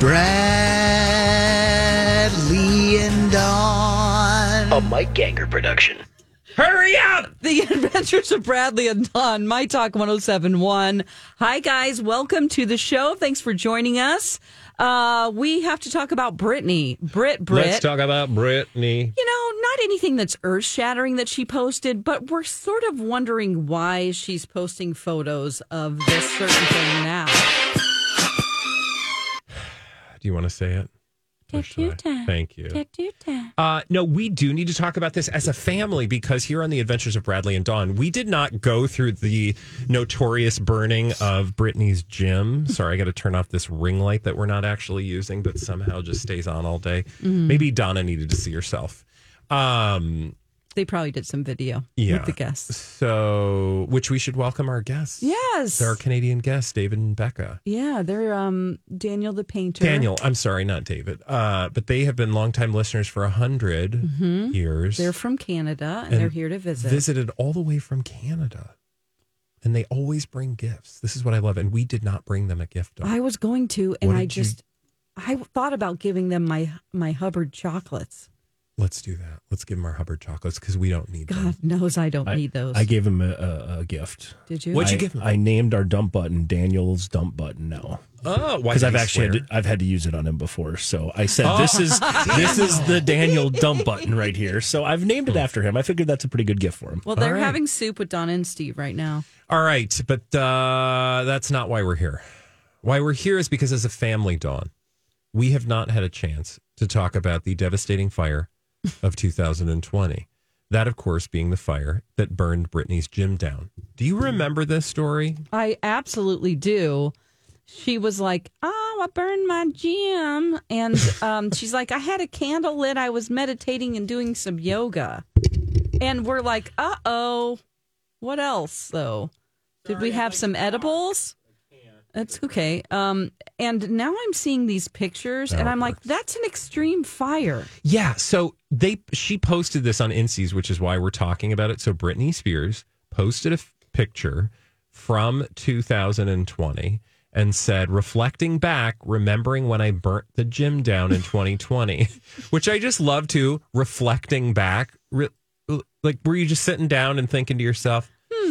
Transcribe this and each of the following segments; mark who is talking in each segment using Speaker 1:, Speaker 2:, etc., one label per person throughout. Speaker 1: Bradley and Dawn.
Speaker 2: A Mike Ganger production.
Speaker 3: Hurry up! The Adventures of Bradley and Don, My Talk 1071. Hi, guys. Welcome to the show. Thanks for joining us. Uh, we have to talk about Brittany. Brit, Brit.
Speaker 4: Let's talk about Brittany.
Speaker 3: you know, not anything that's earth shattering that she posted, but we're sort of wondering why she's posting photos of this certain thing now.
Speaker 4: Do you want to say it? Or should I? Thank you. Uh, no, we do need to talk about this as a family because here on the Adventures of Bradley and Dawn, we did not go through the notorious burning of Brittany's gym. Sorry, I got to turn off this ring light that we're not actually using, but somehow just stays on all day.
Speaker 3: Mm-hmm.
Speaker 4: Maybe Donna needed to see herself. Um,
Speaker 3: They probably did some video
Speaker 4: Yeah.
Speaker 3: with the guests.
Speaker 4: so, which we should welcome our guests.
Speaker 3: Yes.
Speaker 4: Our Canadian guests, David and Becca.
Speaker 3: yeah, they're um, Daniel the painter.
Speaker 4: Daniel, I'm sorry, not David. Uh, but they have been longtime listeners for a 100 years.
Speaker 3: Mm-hmm. They're from Canada and,
Speaker 4: And
Speaker 3: they're here to visit.
Speaker 4: visited all the way from Canada. And they always bring gifts. This is what I love. And we did not bring them a gift. Dawn.
Speaker 3: I was going to, and
Speaker 4: What
Speaker 3: I
Speaker 4: did you-
Speaker 3: just I thought about giving them my my Hubbard chocolates.
Speaker 4: Let's do that. Let's give them our Hubbard chocolates because we don't need
Speaker 3: God
Speaker 4: them.
Speaker 3: knows I don't need those.
Speaker 5: I gave him a, a, a gift.
Speaker 3: Did you?
Speaker 4: What'd
Speaker 5: I,
Speaker 4: you give him?
Speaker 5: I named our dump button Daniel's dump button now
Speaker 4: Oh, why?
Speaker 5: because
Speaker 4: did
Speaker 5: I've
Speaker 4: I
Speaker 5: actually had
Speaker 4: swear?
Speaker 5: to, I've had to use it on him before. So I said this is this is the Daniel dump button right here. So I've named it after him. I figured that's a pretty good gift for him.
Speaker 3: well, they're
Speaker 4: All right.
Speaker 3: having soup with Donna and Steve right now.
Speaker 4: All right. But uh, that's not why we're here. Why we're here is because as a family, Dawn, we have not had a chance to talk about the devastating fire of 2020. That, of course, being the fire that burned Brittany's gym down. Do you remember this story?
Speaker 3: I absolutely do. She was like, "Oh, I burned my gym," and um, she's like, "I had a candle lit. I was meditating and doing some yoga," and we're like, "Uh oh, what else though? Did we have some edibles?" That's okay. Um, and now I'm seeing these pictures, and I'm like, "That's an extreme fire."
Speaker 4: Yeah, so they she posted this on Insees, which is why we're talking about it. So Britney Spears posted a f- picture from 2020 and said, "Reflecting back, remembering when I burnt the gym down in 2020," which I just love to reflecting back. Re- like, were you just sitting down and thinking to yourself,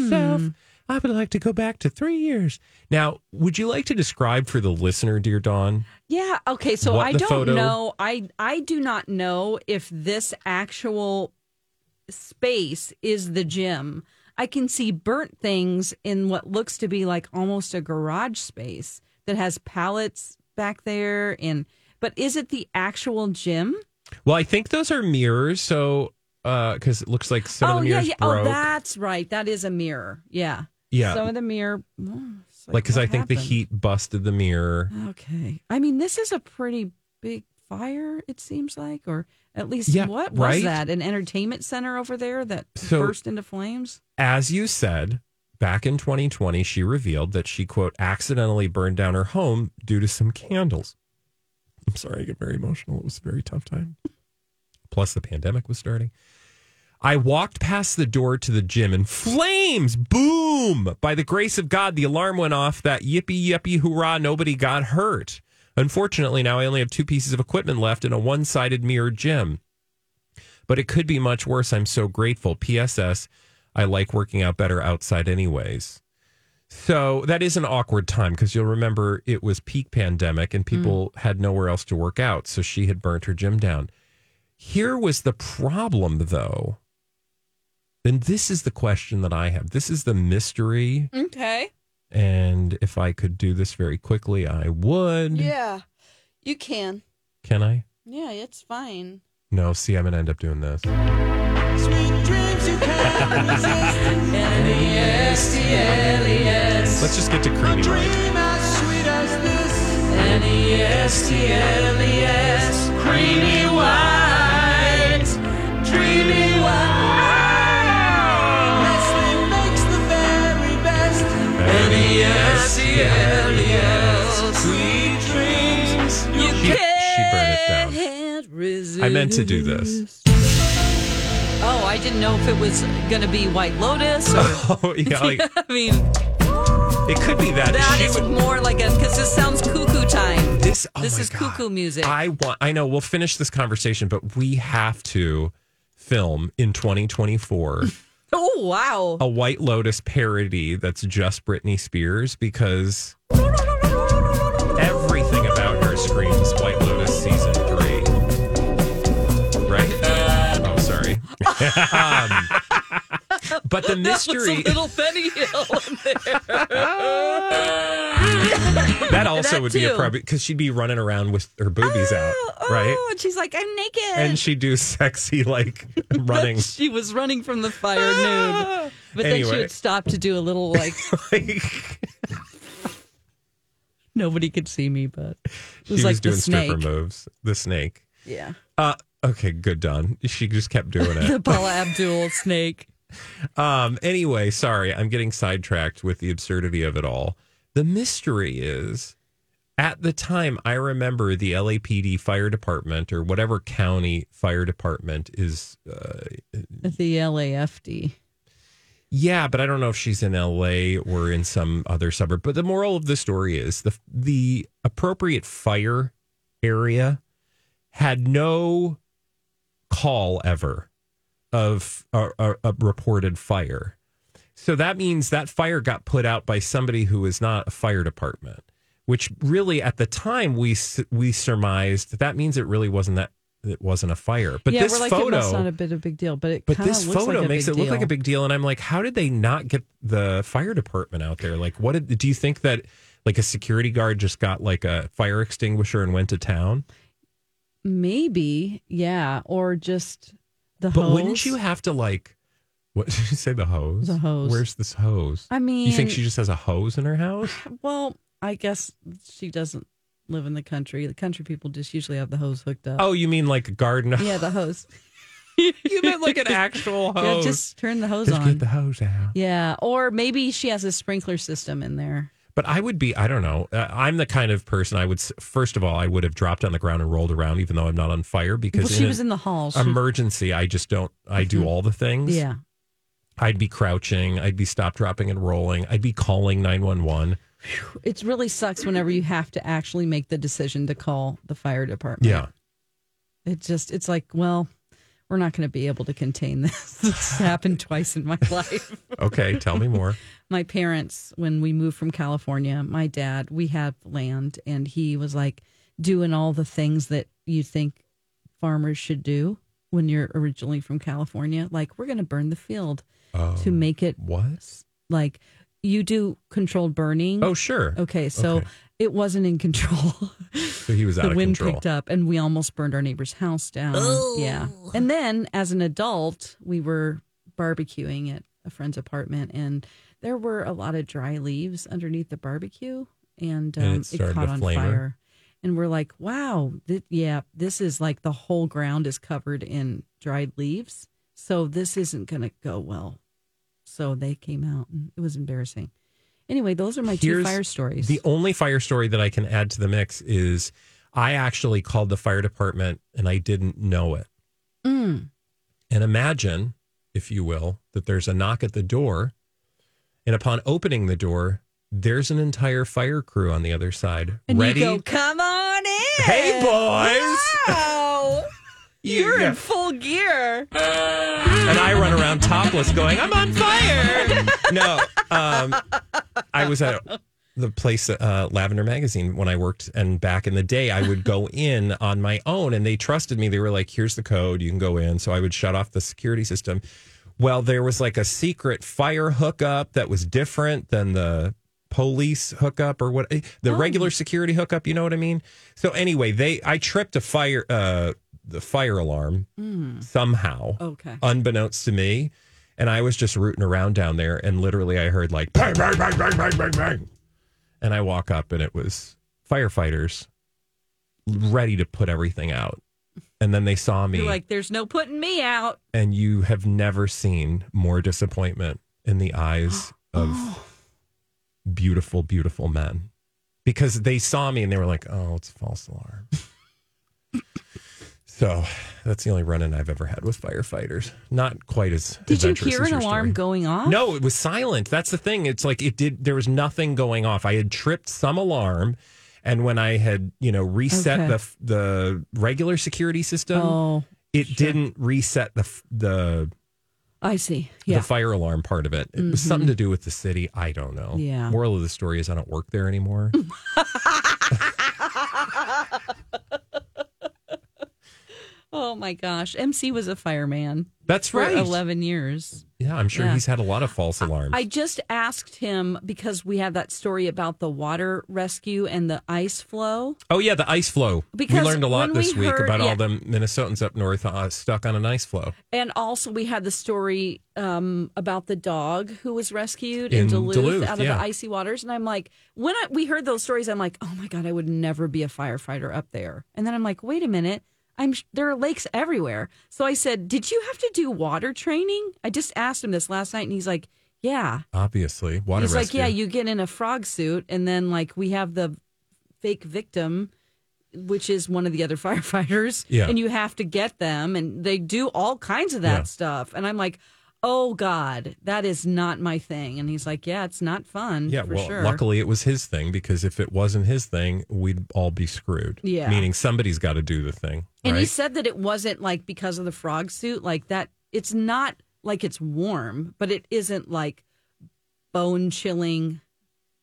Speaker 4: "Self, I would like to go back to three years." Now, would you like to describe for the listener, dear Dawn?
Speaker 3: Yeah. Okay. So
Speaker 4: What
Speaker 3: I
Speaker 4: the
Speaker 3: don't
Speaker 4: photo-
Speaker 3: know. I I do not know if this actual space is the gym. I can see burnt things in what looks to be like almost a garage space that has pallets back there. And but is it the actual gym?
Speaker 4: Well, I think those are mirrors, so because it looks like some
Speaker 3: oh
Speaker 4: of the
Speaker 3: yeah,
Speaker 4: mirrors
Speaker 3: yeah.
Speaker 4: broke.
Speaker 3: Oh, that's right. That is a mirror. Yeah.
Speaker 4: Yeah.
Speaker 3: Some of the mirror. oh,
Speaker 4: like because
Speaker 3: what
Speaker 4: I think the
Speaker 3: happened?
Speaker 4: heat busted the mirror.
Speaker 3: Okay. I mean, this is a pretty big fire, it seems like, or at least
Speaker 4: Yeah,
Speaker 3: what was
Speaker 4: right?
Speaker 3: that? An entertainment center over there that
Speaker 4: So-
Speaker 3: burst into flames?
Speaker 4: As you said, back in 2020, she revealed that she quote accidentally burned down her home due to some candles. I'm sorry, I get very emotional. It was a very tough time. Plus, the pandemic was starting. I walked past the door to the gym and flames, boom! By the grace of God, the alarm went off. That yippee, yippee, hoorah, nobody got hurt. Unfortunately, now I only have two pieces of equipment left in a one sided mirror gym. But it could be much worse. I'm so grateful. PSS, I like working out better outside, anyways. So that is an awkward time because you'll remember it was peak pandemic and people had nowhere else to work out. So she had burnt her gym down. Here was the problem, though. Then this is the question that I have. This is the mystery.
Speaker 3: Okay.
Speaker 4: And if I could do this very quickly, I would.
Speaker 3: Yeah. You can.
Speaker 4: Can I?
Speaker 3: Yeah, it's fine.
Speaker 4: No, see, I'm going to end up doing this.
Speaker 3: E
Speaker 4: Let's just get to creamy. Light.
Speaker 3: E
Speaker 4: She, she burned it down.
Speaker 3: Can't resist.
Speaker 4: I meant to do this.
Speaker 3: Oh, I didn't know if it was going to be White Lotus or.
Speaker 4: Oh, yeah. Like,
Speaker 3: I mean,
Speaker 4: it could be that.
Speaker 3: that
Speaker 4: she
Speaker 3: is
Speaker 4: would-
Speaker 3: more like a because this sounds cuckoo time.
Speaker 4: this oh
Speaker 3: this
Speaker 4: my
Speaker 3: is
Speaker 4: God.
Speaker 3: cuckoo music.
Speaker 4: I want. I know. We'll finish this conversation, but we have to film in 2024
Speaker 3: oh wow!
Speaker 4: a White Lotus parody that's just Britney Spears because everything about her screams White Lotus season three. Right? Oh, sorry. Um, but the
Speaker 3: That
Speaker 4: mystery
Speaker 3: was a little Benny Hill in there.
Speaker 4: that also
Speaker 3: that
Speaker 4: would be
Speaker 3: too.
Speaker 4: appropriate because she'd be running around with her boobies out, right?
Speaker 3: Oh, and she's like, I'm naked.
Speaker 4: and she do sexy like running.
Speaker 3: she was running from the fire nude. But then
Speaker 4: Anyway.
Speaker 3: she would stop to do a little like nobody could see me, but it was
Speaker 4: she
Speaker 3: like
Speaker 4: was doing
Speaker 3: the snake.
Speaker 4: stripper moves. The snake.
Speaker 3: Yeah,
Speaker 4: Uh, okay, good, Don. She just kept doing
Speaker 3: the
Speaker 4: it.
Speaker 3: Paula Abdul snake.
Speaker 4: um, anyway, sorry, I'm getting sidetracked with the absurdity of it all. The mystery is, at the time, I remember the LAPD fire department or whatever county fire department is. Uh,
Speaker 3: The LAFD.
Speaker 4: yeah, but I don't know if she's in LA or in some other suburb. But the moral of the story is the the appropriate fire area had no call ever of a, a, a reported fire. So that means that fire got put out by somebody who is not a fire department, which really at the time we s- we surmised that, that means it really wasn't that it wasn't a fire. But
Speaker 3: yeah,
Speaker 4: this
Speaker 3: we're like
Speaker 4: photo
Speaker 3: it must not a bit a big deal, but it
Speaker 4: but
Speaker 3: kinda
Speaker 4: this
Speaker 3: looks
Speaker 4: photo
Speaker 3: like a
Speaker 4: makes it
Speaker 3: big
Speaker 4: look like
Speaker 3: deal.
Speaker 4: a big deal, and I'm like, how did they not get the fire department out there? Like, what did, do you think that like a security guard just got like a fire extinguisher and went to town?
Speaker 3: Maybe, yeah, or just the
Speaker 4: But
Speaker 3: hose.
Speaker 4: wouldn't you have to like, what did you say? The hose.
Speaker 3: The hose.
Speaker 4: Where's this hose?
Speaker 3: I mean,
Speaker 4: you think she just has a hose in her house?
Speaker 3: Well, I guess she doesn't live in the country. The country people just usually have the hose hooked up.
Speaker 4: Oh, you mean like a garden?
Speaker 3: yeah, the hose.
Speaker 4: you meant like an actual hose.
Speaker 3: Yeah, just turn the hose
Speaker 4: Oh. Just
Speaker 3: on.
Speaker 4: get the hose out.
Speaker 3: yeah, or maybe she has a sprinkler system in there.
Speaker 4: But I would be, I don't know. Uh, I'm the kind of person I would, s- first of all, I would have dropped on the ground and rolled around, even though I'm not on fire, because Um,
Speaker 3: Well, she
Speaker 4: in
Speaker 3: was
Speaker 4: an
Speaker 3: in the hall. She,
Speaker 4: emergency, I just don't, I do all the things.
Speaker 3: Mm-hmm. yeah,
Speaker 4: I'd be crouching, I'd be stop dropping and rolling, I'd be calling 911.
Speaker 3: it really sucks whenever you have to actually make the decision to call the fire department.
Speaker 4: Yeah.
Speaker 3: it just it's like well. We're not going to be able to contain this. This happened twice in my life.
Speaker 4: Okay. Tell me more.
Speaker 3: my parents when we moved from California, my dad, we had land and he was like doing all the things that you think farmers should do when you're originally from California, like we're going to burn the field
Speaker 4: Oh.
Speaker 3: to make it
Speaker 4: What?
Speaker 3: like you do controlled burning.
Speaker 4: Oh, sure.
Speaker 3: okay, so
Speaker 4: okay.
Speaker 3: it wasn't in control.
Speaker 4: So he was out
Speaker 3: the
Speaker 4: of
Speaker 3: wind
Speaker 4: control.
Speaker 3: picked up and we almost burned our neighbor's house down yeah and then as an adult we were barbecuing at a friend's apartment and there were a lot of dry leaves underneath the barbecue and, um,
Speaker 4: And it
Speaker 3: it,
Speaker 4: started
Speaker 3: caught
Speaker 4: a
Speaker 3: on
Speaker 4: flamer.
Speaker 3: fire and we're like wow th- yeah this is like the whole ground is covered in dried leaves so this isn't going to go well so they came out and it was embarrassing anyway those are my two
Speaker 4: Here's
Speaker 3: fire stories
Speaker 4: The only fire story that I can add to the mix is I actually called the fire department and I didn't know it.
Speaker 3: Mm.
Speaker 4: And imagine, if you will, that there's a knock at the door. And upon opening the door, there's an entire fire crew on the other side
Speaker 3: and
Speaker 4: ready.
Speaker 3: you go come on in
Speaker 4: hey, boys!
Speaker 3: Wow. You're
Speaker 4: Yeah.
Speaker 3: in full gear.
Speaker 4: and I run around topless going, I'm on fire. No, um, I was at the place, uh, Lavender Magazine, when I worked. And back in the day, I would go in on my own and they trusted me. They were like, here's the code, you can go in. So I would shut off the security system. Well, there was like a secret fire hookup that was different than the police hookup or what the regular security hookup, you know what I mean? So anyway, they I tripped a fire uh the fire alarm somehow
Speaker 3: Okay.
Speaker 4: unbeknownst to me. And I was just rooting around down there, and literally I heard like bang, bang, bang, bang, bang, bang, bang. And I walk up, and it was firefighters ready to put everything out. And then they saw me
Speaker 3: You're like, there's no putting me out.
Speaker 4: and you have never seen more disappointment in the eyes of beautiful, beautiful men because they saw me and they were like, oh, it's a false alarm. so that's the only run in I've ever had with firefighters. Not quite as.
Speaker 3: Did you
Speaker 4: adventurous
Speaker 3: hear
Speaker 4: as
Speaker 3: an
Speaker 4: your
Speaker 3: alarm
Speaker 4: story.
Speaker 3: going off?
Speaker 4: No, it was silent. That's the thing. It's like it did. There was nothing going off. I had tripped some alarm, and when I had you know reset
Speaker 3: Okay.
Speaker 4: the f- the regular security system,
Speaker 3: Oh,
Speaker 4: it didn't reset the f- the
Speaker 3: I see. Yeah. Mm-hmm.
Speaker 4: the fire alarm part of it. It was something to do with the city. I don't know.
Speaker 3: Yeah.
Speaker 4: Moral of the story is I don't work there anymore.
Speaker 3: oh my gosh. MC was a fireman
Speaker 4: That's
Speaker 3: for
Speaker 4: right.
Speaker 3: 11 years.
Speaker 4: Yeah, I'm sure
Speaker 3: Yeah.
Speaker 4: he's had a lot of false alarms.
Speaker 3: I just asked him because we had that story about the water rescue and the ice flow.
Speaker 4: oh yeah, the ice flow. we
Speaker 3: Because
Speaker 4: learned a lot
Speaker 3: when we
Speaker 4: this week
Speaker 3: heard-
Speaker 4: about
Speaker 3: yeah.
Speaker 4: all the Minnesotans up north uh, stuck on an ice flow.
Speaker 3: And also, we had the story um, about the dog who was rescued
Speaker 4: In
Speaker 3: in Duluth,
Speaker 4: Duluth,
Speaker 3: out of
Speaker 4: yeah.
Speaker 3: the icy waters. And I'm like, when I, we heard those stories, I'm like, oh my god, I would never be a firefighter up there. And then I'm like, wait a minute, I'm sh- there are lakes everywhere. So I said, did you have to do water training? I just asked him this last night, and he's like, yeah.
Speaker 4: Obviously, water
Speaker 3: he's
Speaker 4: rescue.
Speaker 3: like, yeah, you get in a frog suit, and then like we have the fake victim. Which is one of the other firefighters,
Speaker 4: Yeah.
Speaker 3: and you have to get them, and they do all kinds of that
Speaker 4: Yeah.
Speaker 3: stuff. And I'm like, oh God, that is not my thing. And he's like, yeah, it's not fun.
Speaker 4: Yeah,
Speaker 3: for
Speaker 4: well,
Speaker 3: sure.
Speaker 4: luckily it was his thing because if it wasn't his thing, we'd all be screwed.
Speaker 3: Yeah.
Speaker 4: Meaning somebody's got to do the thing.
Speaker 3: And he
Speaker 4: right?
Speaker 3: said that it wasn't like because of the frog suit, like that. It's not like it's warm, but it isn't like bone chilling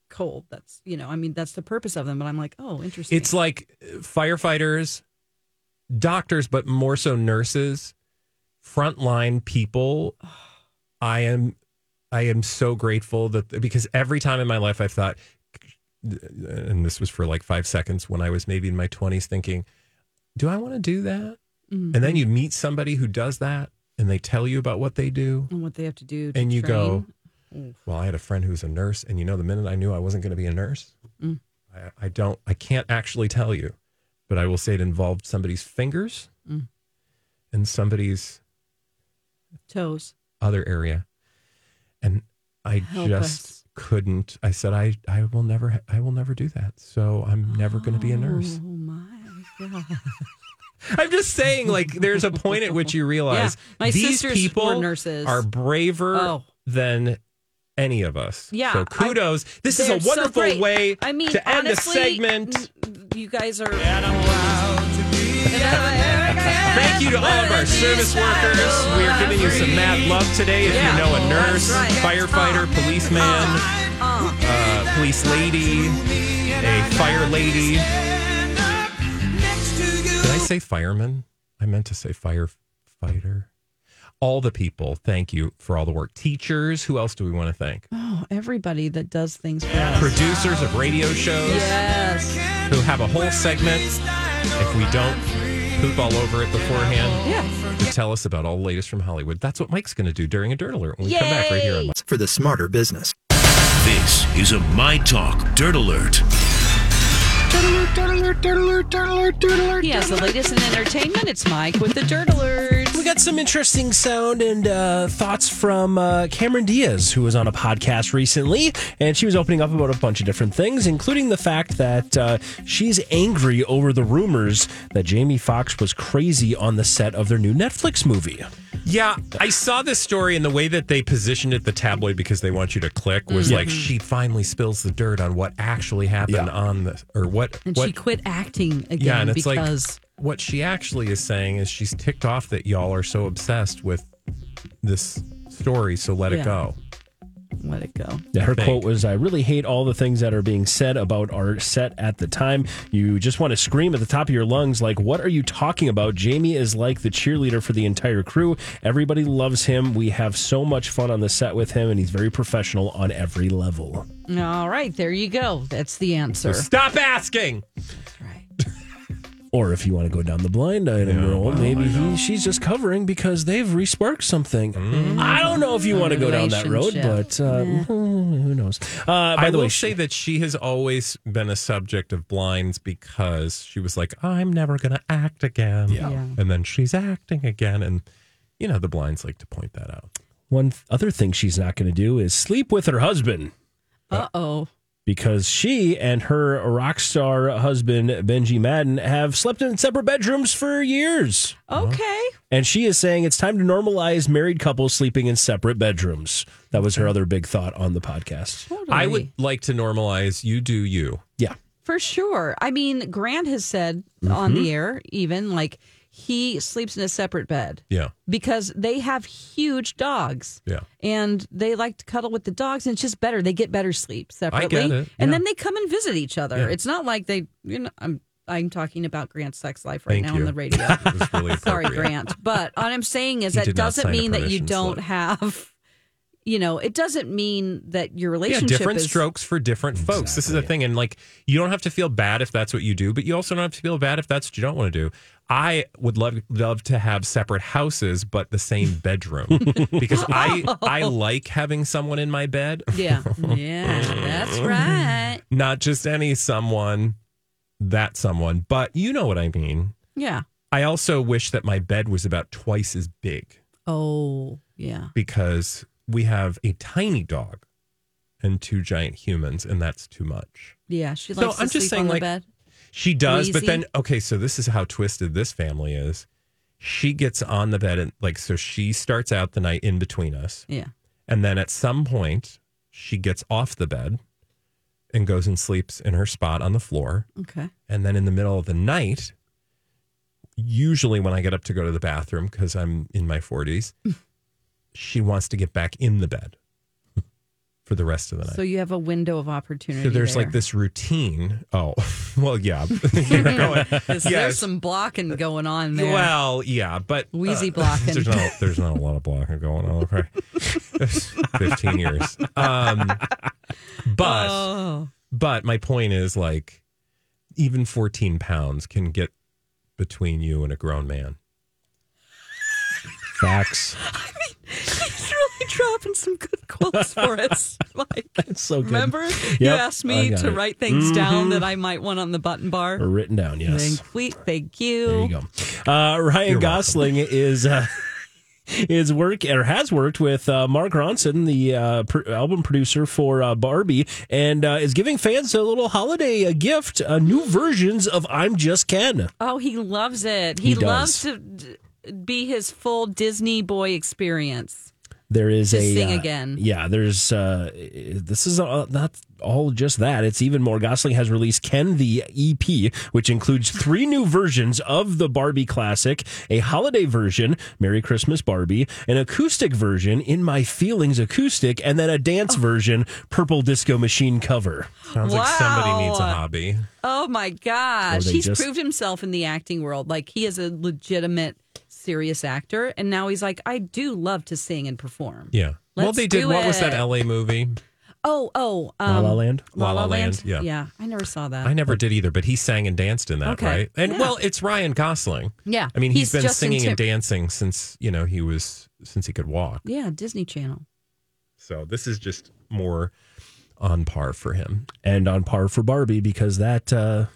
Speaker 3: cold. That's, you know, I mean, that's the purpose of them. But I'm like, oh, interesting.
Speaker 4: It's like uh, firefighters, doctors, but more so nurses, frontline people. I am, I am so grateful that because every time in my life I've thought, uh, and this was for like five seconds when I was maybe in my twenties, thinking, "Do I want to do that?" And then you meet somebody who does that, and they tell you about what they do,
Speaker 3: and what they have to do. To
Speaker 4: and you go,
Speaker 3: train.
Speaker 4: "Well, I had a friend who's a nurse, and you know, the minute I knew I wasn't going to be a nurse,
Speaker 3: Mm.
Speaker 4: I, I don't, I can't actually tell you, but I will say it involved somebody's fingers
Speaker 3: Mm.
Speaker 4: and somebody's
Speaker 3: toes.
Speaker 4: other area, and I
Speaker 3: Help
Speaker 4: just
Speaker 3: us.
Speaker 4: couldn't. I said, I, I will never, ha- I will never do that. So I'm never going to be a nurse.
Speaker 3: Oh my God.
Speaker 4: I'm just saying, like, there's a point at which you realize
Speaker 3: Yeah, my
Speaker 4: these
Speaker 3: sisters
Speaker 4: people
Speaker 3: were nurses.
Speaker 4: are braver
Speaker 3: Oh.
Speaker 4: than any of us.
Speaker 3: Yeah,
Speaker 4: So kudos. this is a
Speaker 3: They're so
Speaker 4: wonderful
Speaker 3: great.
Speaker 4: way
Speaker 3: I mean,
Speaker 4: to end
Speaker 3: honestly,
Speaker 4: the segment.
Speaker 3: n- You guys are.
Speaker 4: Thank you to all of our service workers. We are giving you some mad love today. If
Speaker 3: Yeah,
Speaker 4: you know a nurse,
Speaker 3: that's right. Oh,
Speaker 4: firefighter, policeman, uh, police lady, a fire lady. Did I say fireman? I meant to say firefighter. All the people, thank you for all the work. Teachers, who else do we want to thank?
Speaker 3: Oh, everybody that does things for us.
Speaker 4: Producers of radio shows
Speaker 3: Yes.
Speaker 4: who have a whole segment. If we don't poop all over it beforehand
Speaker 3: Yeah.
Speaker 4: to tell us about all the latest from Hollywood. That's what Mike's going to do during a dirt alert when we come back right here on
Speaker 3: Yay!
Speaker 1: For the smarter business.
Speaker 6: This is a My Talk Dirt Alert.
Speaker 3: He has the latest in entertainment. It's Mike with the Dirt Alert.
Speaker 5: We got some interesting sound and uh, thoughts from uh, Cameron Diaz, who was on a podcast recently, and she was opening up about a bunch of different things, including the fact that uh, she's angry over the rumors that Jamie Foxx was crazy on the set of their new Netflix movie.
Speaker 4: Yeah, I saw this story and the way that they positioned it, the tabloid, because they want you to click, was
Speaker 3: Mm-hmm.
Speaker 4: like she finally spills the dirt on what actually happened
Speaker 5: Yeah.
Speaker 4: on the or what
Speaker 3: And
Speaker 4: what.
Speaker 3: she quit acting again
Speaker 4: yeah, and it's
Speaker 3: because
Speaker 4: like what she actually is saying is she's ticked off that y'all are so obsessed with this story, so let it
Speaker 3: Yeah.
Speaker 4: go.
Speaker 3: let it go.
Speaker 5: Yeah, her
Speaker 4: think.
Speaker 5: quote was, I really hate all the things that are being said about our set at the time. You just want to scream at the top of your lungs, like, what are you talking about? Jamie is like the cheerleader for the entire crew. Everybody loves him. We have so much fun on the set with him, and he's very professional on every level.
Speaker 3: All right, there you go. That's the answer.
Speaker 4: Stop asking.
Speaker 3: Right.
Speaker 5: Or if you want to go down the blind item
Speaker 4: Yeah,
Speaker 5: road,
Speaker 4: well,
Speaker 5: maybe
Speaker 4: I know.
Speaker 5: he, she's just covering because they've resparked something.
Speaker 4: Mm.
Speaker 5: I don't know if you want to go down that road, but
Speaker 3: Relationship.
Speaker 5: uh, who knows? Uh, by
Speaker 4: I
Speaker 5: the
Speaker 4: will
Speaker 5: way,
Speaker 4: say that she has always been a subject of blinds because she was like, I'm never going to act again.
Speaker 5: Yeah.
Speaker 3: Yeah.
Speaker 4: And then she's acting again. And, you know, the blinds like to point that out.
Speaker 5: one th- other thing she's not going to do is sleep with her husband.
Speaker 3: Uh oh.
Speaker 5: because she and her rock star husband Benji Madden have slept in separate bedrooms for years.
Speaker 3: Okay.
Speaker 5: And she is saying it's time to normalize married couples sleeping in separate bedrooms. That was her other big thought on the podcast.
Speaker 3: Totally.
Speaker 4: I would like to normalize you do you.
Speaker 5: Yeah.
Speaker 3: For sure. I mean, Grant has said on
Speaker 4: Mm-hmm.
Speaker 3: the air, even like he sleeps in a separate bed
Speaker 4: Yeah.
Speaker 3: because they have huge dogs
Speaker 4: Yeah.
Speaker 3: and they like to cuddle with the dogs and it's just better. They get better sleep separately.
Speaker 4: it,
Speaker 3: And
Speaker 4: yeah.
Speaker 3: then they come and visit each other. It's not like they, you know, I'm, I'm talking about Grant's sex life right
Speaker 4: Thank
Speaker 3: now
Speaker 4: you.
Speaker 3: on the radio.
Speaker 4: It was really
Speaker 3: Sorry,
Speaker 4: appropriate.
Speaker 3: Grant. But all I'm saying is
Speaker 4: He
Speaker 3: that
Speaker 4: did not
Speaker 3: doesn't
Speaker 4: sign a
Speaker 3: mean that you
Speaker 4: permission
Speaker 3: don't
Speaker 4: slip.
Speaker 3: have, you know, it doesn't mean that your
Speaker 4: Yeah,
Speaker 3: relationship
Speaker 4: different
Speaker 3: is
Speaker 4: strokes for different folks. This is a thing. And like, you don't have to feel bad if that's what you do, but you also don't have to feel bad if that's what you don't want to do. I would love love to have separate houses, but the same bedroom because I I like having someone in my bed,
Speaker 3: Yeah. Yeah. That's right.
Speaker 4: not just any someone, that someone. But you know what I mean.
Speaker 3: Yeah.
Speaker 4: I also wish that my bed was about twice as big
Speaker 3: Oh, yeah.
Speaker 4: because we have a tiny dog and two giant humans, and that's too much.
Speaker 3: Yeah. She
Speaker 4: So
Speaker 3: likes to
Speaker 4: I'm
Speaker 3: sleep
Speaker 4: just saying,
Speaker 3: on
Speaker 4: like,
Speaker 3: the bed.
Speaker 4: She does, but
Speaker 3: Wheezy.
Speaker 4: then okay, so this is how twisted this family is. She gets on the bed and like so she starts out the night in between us,
Speaker 3: Yeah.
Speaker 4: and then at some point she gets off the bed and goes and sleeps in her spot on the floor.
Speaker 3: Okay.
Speaker 4: And then in the middle of the night, usually when I get up to go to the bathroom because I'm in my 40s, she wants to get back in the bed for the rest of the night.
Speaker 3: So you have a window of opportunity.
Speaker 4: So there's
Speaker 3: there.
Speaker 4: like this routine. Oh, well, yeah. You're going,
Speaker 3: There's-
Speaker 4: yes.
Speaker 3: There's some blocking going on there.
Speaker 4: Well, yeah, but uh,
Speaker 3: Wheezy blocking.
Speaker 4: There's not, there's not a lot of blocking going on. Okay, fifteen years. Um, but
Speaker 3: Oh.
Speaker 4: but my point is like, even fourteen pounds can get between you and a grown man.
Speaker 5: Facts.
Speaker 3: He's really dropping some good quotes for us. Like,
Speaker 5: That's so good.
Speaker 3: remember? You
Speaker 5: Yep,
Speaker 3: asked
Speaker 5: I
Speaker 3: me
Speaker 5: got
Speaker 3: to
Speaker 5: it. Mm-hmm.
Speaker 3: write things down that I might want on the button bar.
Speaker 5: Or written down, yes.
Speaker 3: Thank, we, thank you.
Speaker 5: There you go. Uh, Ryan
Speaker 4: You're welcome.
Speaker 5: Gosling is uh, is work or has worked with uh, Mark Ronson, the uh, pr- album producer for uh, Barbie, and uh, is giving fans a little holiday uh gift, uh, new versions of "I'm Just Ken."
Speaker 3: Oh, he loves it.
Speaker 5: He
Speaker 3: He,
Speaker 5: does.
Speaker 3: loves to d- be his full Disney boy experience.
Speaker 5: There is
Speaker 3: To
Speaker 5: a
Speaker 3: sing
Speaker 5: uh,
Speaker 3: again.
Speaker 5: Yeah, there's uh, this is uh, not all just that. It's even more. Gosling has released Ken the EP, which includes three new versions of the Barbie classic: a holiday version, "Merry Christmas, Barbie," an acoustic version, "In My Feelings" acoustic, and then a dance
Speaker 3: Oh.
Speaker 5: version, "Purple Disco Machine" cover.
Speaker 4: Sounds like somebody needs a
Speaker 3: Wow.
Speaker 4: hobby.
Speaker 3: Oh my gosh.
Speaker 5: they
Speaker 3: He's
Speaker 5: just-
Speaker 3: proved himself in the acting world. Like he is a legitimate serious actor and now he's like I do love to sing and perform.
Speaker 4: Yeah. well,
Speaker 3: Let's
Speaker 4: they did.
Speaker 3: do
Speaker 4: What was that
Speaker 3: it.
Speaker 4: LA movie?
Speaker 3: Oh, oh, um
Speaker 5: La La Land.
Speaker 4: La La Land, yeah.
Speaker 3: Yeah, I never saw that.
Speaker 4: I never did either, but he sang and danced in that,
Speaker 3: Okay.
Speaker 4: right? And
Speaker 3: Yeah.
Speaker 4: well, it's Ryan Gosling.
Speaker 3: Yeah.
Speaker 4: I mean,
Speaker 3: He's
Speaker 4: he's been
Speaker 3: Justin
Speaker 4: singing and
Speaker 3: Tim-
Speaker 4: dancing since, you know, he was since he could walk.
Speaker 3: yeah, Disney Channel.
Speaker 4: So this is just more on par for him.
Speaker 5: and on par for Barbie because that uh,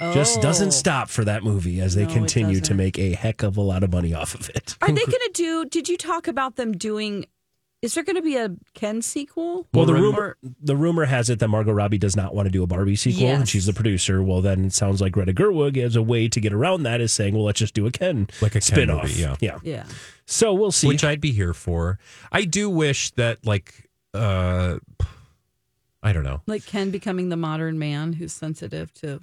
Speaker 3: Oh.
Speaker 5: just doesn't stop for that movie as they
Speaker 3: No, it
Speaker 5: continue to
Speaker 3: doesn't.
Speaker 5: make a heck of a lot of money off of it.
Speaker 3: Are they going to do Did you talk about them doing Is there going to be a Ken sequel?
Speaker 5: Well, the
Speaker 3: Or-
Speaker 5: rumor the rumor has it that Margot Robbie does not want to do a Barbie sequel, and
Speaker 3: Yes.
Speaker 5: she's the producer. Well, then it sounds like Greta Gerwig as a way to get around that is saying, "Well, let's just do a Ken
Speaker 4: Like a Ken
Speaker 5: spin-off."
Speaker 4: movie, yeah.
Speaker 5: yeah.
Speaker 3: Yeah.
Speaker 5: So we'll see.
Speaker 4: Which I'd be here for. I do wish that like uh I don't know.
Speaker 3: Like Ken becoming the modern man who's sensitive to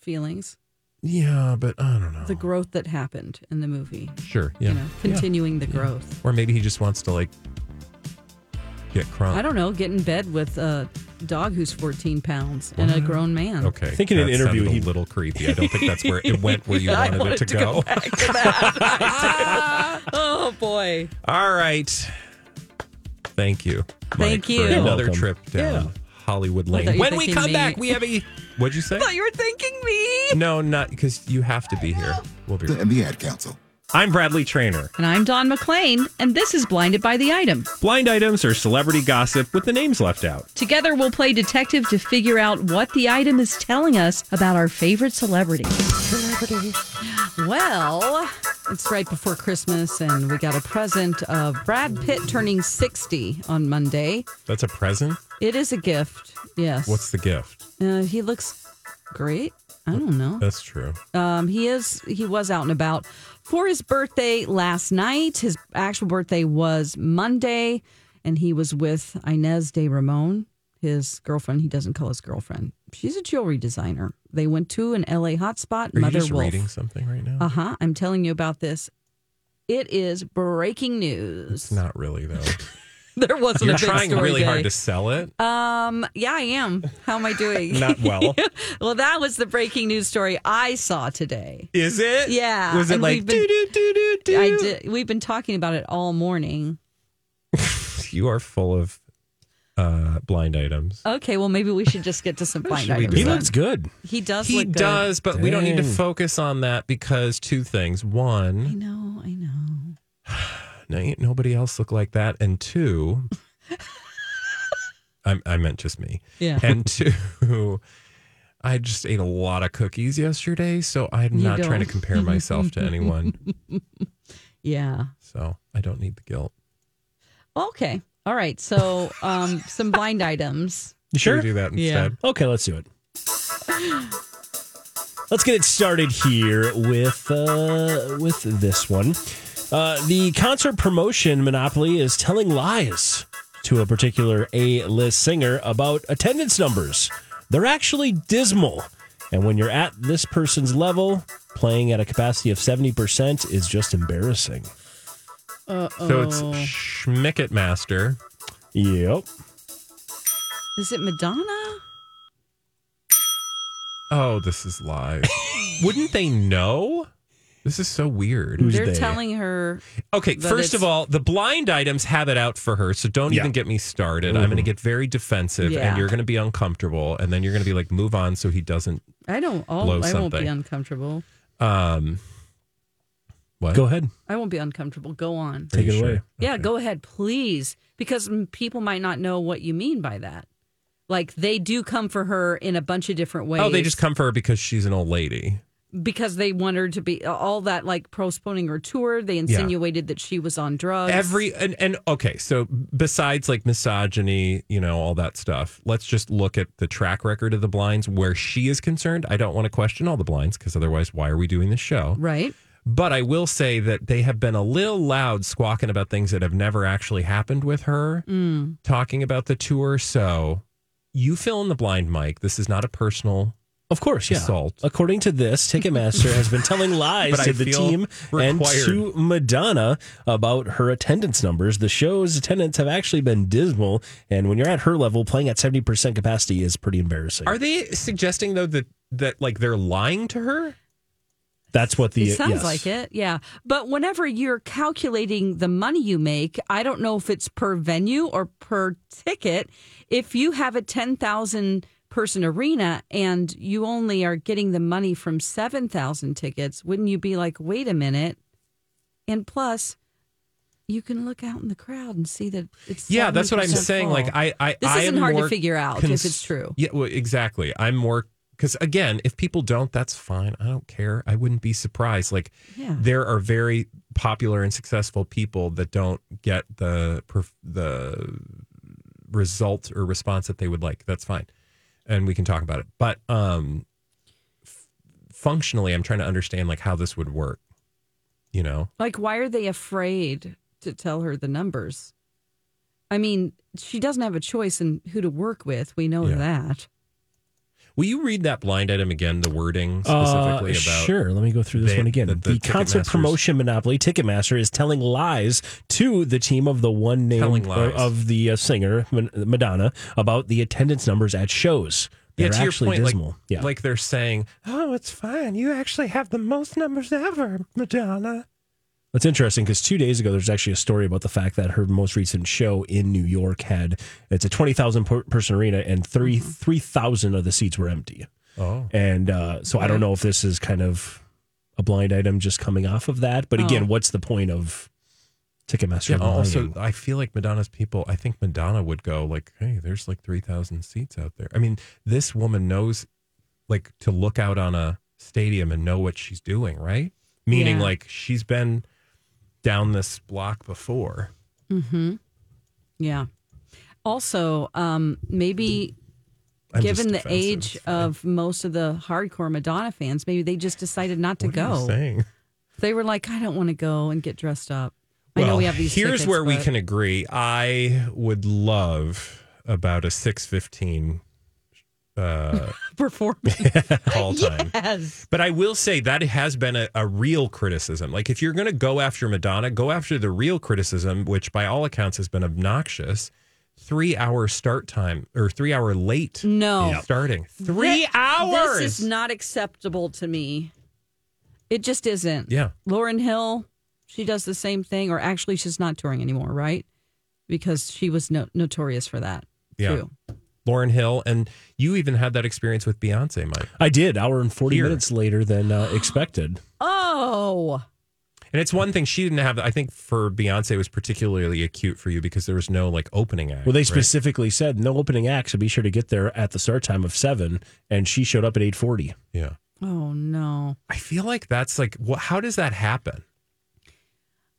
Speaker 3: feelings.
Speaker 4: Yeah, but I don't know.
Speaker 3: the growth that happened in the movie.
Speaker 4: sure. Yeah.
Speaker 3: You know, continuing the growth.
Speaker 4: Or maybe he just wants to like get crunk.
Speaker 3: I don't know. Get in bed with a dog who's 14 pounds and a grown man.
Speaker 4: Okay.
Speaker 5: I think in an
Speaker 4: that
Speaker 5: interview
Speaker 4: sounded
Speaker 5: he-
Speaker 4: a little creepy. I don't think that's where it went where you
Speaker 3: I
Speaker 4: wanted, it to, go.
Speaker 3: back to that. oh boy.
Speaker 4: All right. Thank you.
Speaker 3: Thank
Speaker 4: for
Speaker 3: you. You're
Speaker 4: another
Speaker 5: welcome.
Speaker 4: trip down
Speaker 5: Yeah.
Speaker 4: Hollywood
Speaker 3: thought
Speaker 4: Lane.
Speaker 3: you were
Speaker 4: When we
Speaker 3: thinking
Speaker 4: come
Speaker 3: me.
Speaker 4: back, we have a. What'd you say?
Speaker 3: thought you were thanking me.
Speaker 4: No, not because you have to be here. We'll be. Right.
Speaker 7: and the ad council.
Speaker 4: I'm Bradley Trainer.
Speaker 3: And I'm Don McClain, and this is Blinded by the Item.
Speaker 4: Blind items or celebrity gossip with the names left out.
Speaker 3: Together, we'll play detective to figure out what the item is telling us about our favorite celebrity. Well, it's right before Christmas, and we got a present of Brad Pitt turning 60 on Monday.
Speaker 4: That's a present.
Speaker 3: It is a gift, yes.
Speaker 4: What's the gift?
Speaker 3: uh, he looks great. I don't know.
Speaker 4: That's true.
Speaker 3: Um, he is he was out and about for his birthday last night. His actual birthday was Monday, and he was with Inez de Ramon, his girlfriend. He doesn't call his girlfriend. She's a jewelry designer. They went to an LA hotspot,
Speaker 4: Are you
Speaker 3: Mother
Speaker 4: just
Speaker 3: Wolf.
Speaker 4: reading something right now?
Speaker 3: Uh huh. I'm telling you about this. It is breaking news.
Speaker 4: It's not really though.
Speaker 3: there wasn't
Speaker 4: You're
Speaker 3: a big
Speaker 4: trying
Speaker 3: story
Speaker 4: really
Speaker 3: day.
Speaker 4: hard to sell it.
Speaker 3: Um, yeah, I am. How am I doing?
Speaker 4: Not well.
Speaker 3: well, that was the breaking news story I saw today.
Speaker 4: Is it?
Speaker 3: Yeah,
Speaker 4: Was it
Speaker 3: and
Speaker 4: like
Speaker 3: we've been-
Speaker 4: do do do do do?
Speaker 3: I did, we've been talking about it all morning.
Speaker 4: You are full of uh, blind items.
Speaker 3: Okay, well maybe we should just get to some blind
Speaker 4: Should we
Speaker 3: items.
Speaker 4: do
Speaker 5: He
Speaker 4: that?
Speaker 3: then.
Speaker 5: looks good.
Speaker 3: He does.
Speaker 4: he
Speaker 3: look good.
Speaker 4: does, but we don't need to
Speaker 5: Dang.
Speaker 4: focus on that because two things:
Speaker 3: I
Speaker 4: one,
Speaker 3: know. I know.
Speaker 4: no, ain't nobody else look like that, and two, I, I meant just me,
Speaker 3: Yeah.
Speaker 4: and two, I just ate a lot of cookies yesterday, so I'm
Speaker 3: You
Speaker 4: not trying to
Speaker 3: don't.
Speaker 4: compare myself to anyone,
Speaker 3: Yeah.
Speaker 4: so I don't need the guilt.
Speaker 3: Okay. All right. So, um, some blind items.
Speaker 5: You
Speaker 4: Should
Speaker 5: sure?
Speaker 4: we do that
Speaker 3: Yeah.
Speaker 4: instead?
Speaker 5: Okay, let's do it. Let's get it started here with uh, with this one. Uh, the concert promotion monopoly is telling lies to a particular A-list singer about attendance numbers. They're actually dismal, and when you're at this person's level, playing at a capacity of seventy percent is just embarrassing.
Speaker 4: So it's
Speaker 3: Oh.
Speaker 4: Schmicket Master.
Speaker 5: Yep.
Speaker 3: Is it Madonna?
Speaker 4: Oh, this is live. Wouldn't they know? This is so weird.
Speaker 5: Who's
Speaker 3: They're
Speaker 5: they?
Speaker 3: telling her.
Speaker 4: Okay,
Speaker 3: That
Speaker 4: first of
Speaker 3: it's-
Speaker 4: all, the blind items have it out for her, so don't even get me started. I'm going to get very defensive,
Speaker 3: Yeah.
Speaker 4: and you're going to be uncomfortable, and then you're going to be like, "Move on," so he doesn't.
Speaker 3: I don't. I'll, I
Speaker 4: Blow
Speaker 3: won't be
Speaker 4: something.
Speaker 3: uncomfortable.
Speaker 4: Um, what?
Speaker 5: Go ahead,
Speaker 3: I won't be uncomfortable. Go on.
Speaker 5: take
Speaker 4: you
Speaker 5: it away.
Speaker 4: sure?
Speaker 3: Yeah. Go ahead, please, because mm, people might not know what you mean by that. Like they do come for her in a bunch of different ways.
Speaker 4: Oh, they just come for her because she's an old lady.
Speaker 3: because they want her to be all that like postponing her tour. They insinuated that she was on drugs.
Speaker 4: Every and, and okay, so besides like misogyny, you know, all that stuff, let's just look at the track record of the blinds where she is concerned. I don't want to question all the blinds because otherwise, why are we doing this show?
Speaker 3: right,
Speaker 4: But I will say that they have been a little loud squawking about things that have never actually happened with her, talking about the tour. So you fill in the blind, Mike. This is not a personal.
Speaker 5: Of course, yeah.
Speaker 4: Assault.
Speaker 5: According to this, Ticketmaster has been telling lies
Speaker 4: But I
Speaker 5: to the
Speaker 4: feel
Speaker 5: team and
Speaker 4: required.
Speaker 5: to Madonna about her attendance numbers. The show's attendance have actually been dismal, and when you're at her level, playing at 70% capacity is pretty embarrassing.
Speaker 4: Are they suggesting though that that like they're lying to her?
Speaker 5: That's what the
Speaker 3: it sounds
Speaker 5: yes.
Speaker 3: like it. Yeah, but whenever you're calculating the money you make, I don't know if it's per venue or per ticket. If you have a ten thousand person arena and you only are getting the money from seven thousand tickets, wouldn't you be like, wait a minute? And plus. You can look out in the crowd and see that it's
Speaker 4: Yeah, that's what I'm
Speaker 3: 70%
Speaker 4: saying. Like
Speaker 3: full.
Speaker 4: I, I,
Speaker 3: This
Speaker 4: I
Speaker 3: isn't
Speaker 4: am
Speaker 3: hard to
Speaker 4: more
Speaker 3: figure out if it's true.
Speaker 4: Yeah, well, exactly. I'm more because again, if people don't, that's fine. I don't care. I wouldn't be surprised. Like
Speaker 3: Yeah.
Speaker 4: there are very popular and successful people that don't get the perf- the result or response that they would like. That's fine, and we can talk about it. But um, f- functionally, I'm trying to understand like how this would work. You know,
Speaker 3: Like, why are they afraid to tell her the numbers? I mean, she doesn't have a choice in who to work with. We know
Speaker 4: Yeah.
Speaker 3: that.
Speaker 4: will you read that blind item again? The wording
Speaker 5: Uh,
Speaker 4: specifically about
Speaker 5: sure, let me go through this
Speaker 4: they-
Speaker 5: one again.
Speaker 4: the-
Speaker 5: The,
Speaker 4: the
Speaker 5: concert
Speaker 4: Ticketmaster's-
Speaker 5: promotion monopoly Ticketmaster is telling lies to the team of the one
Speaker 4: Telling
Speaker 5: name
Speaker 4: lies.
Speaker 5: of the uh, singer Mon- Madonna about the attendance numbers at shows. They're
Speaker 4: yeah, to
Speaker 5: actually
Speaker 4: your point,
Speaker 5: dismal.
Speaker 4: Like,
Speaker 5: yeah.
Speaker 4: like they're saying, "Oh, it's fine. You actually have the most numbers ever, Madonna."
Speaker 5: That's interesting because two days ago, there's actually a story about the fact that her most recent show in New York had it's a twenty thousand per- person arena and three
Speaker 4: Mm-hmm.
Speaker 5: three thousand of the seats were empty.
Speaker 4: Oh.
Speaker 5: And uh, so I don't know if this is kind of a blind item just coming off of that, but again,
Speaker 3: Oh.
Speaker 5: what's the point of Ticketmaster?
Speaker 4: Yeah, also,
Speaker 5: lying?
Speaker 4: oh, I feel like Madonna's people, I think Madonna would go, like, hey, there's like 3,000 seats out there. I mean, this woman knows, like, to look out on a stadium and know what she's doing, right? Meaning,
Speaker 3: Yeah.
Speaker 4: like, she's been down this block before.
Speaker 3: Yeah. Also, um, maybe
Speaker 4: I'm just
Speaker 3: given the
Speaker 4: defensive.
Speaker 3: age uh, of most of the hardcore Madonna fans, maybe they just decided not to
Speaker 4: What are you
Speaker 3: go.
Speaker 4: saying?
Speaker 3: They were like, I don't want to go and get dressed up. I know we have these.
Speaker 4: Here's
Speaker 3: tickets,
Speaker 4: where we
Speaker 3: but-
Speaker 4: can agree. I would love about a 615 uh,
Speaker 3: perform.
Speaker 4: call time.
Speaker 3: Yes.
Speaker 4: But I will say that has been a, a real criticism. Like, if you're going to go after Madonna, go after the real criticism, which by all accounts has been obnoxious. Three hour start time or three hour late
Speaker 3: No.
Speaker 4: starting. Three
Speaker 3: Thi-
Speaker 4: hours.
Speaker 3: This is not acceptable to me. It just isn't.
Speaker 4: Yeah.
Speaker 3: Lauren Hill, she does the same thing, or actually, she's not touring anymore, right? Because she was no- notorious for that.
Speaker 4: Yeah.
Speaker 3: Too.
Speaker 4: Lauren Hill. And you even had that experience with Beyonce, Mike.
Speaker 5: I did hour and forty
Speaker 4: Here.
Speaker 5: minutes later than uh, expected.
Speaker 3: Oh,
Speaker 4: And it's one thing she didn't have. I think for Beyonce, it was particularly acute for you because there was no like opening act.
Speaker 5: Well, they
Speaker 4: right?
Speaker 5: specifically said no opening act, so be sure to get there at the start time of seven, and she showed up at eight forty.
Speaker 4: Yeah.
Speaker 3: oh no.
Speaker 4: I feel like that's like, wh- how does that happen?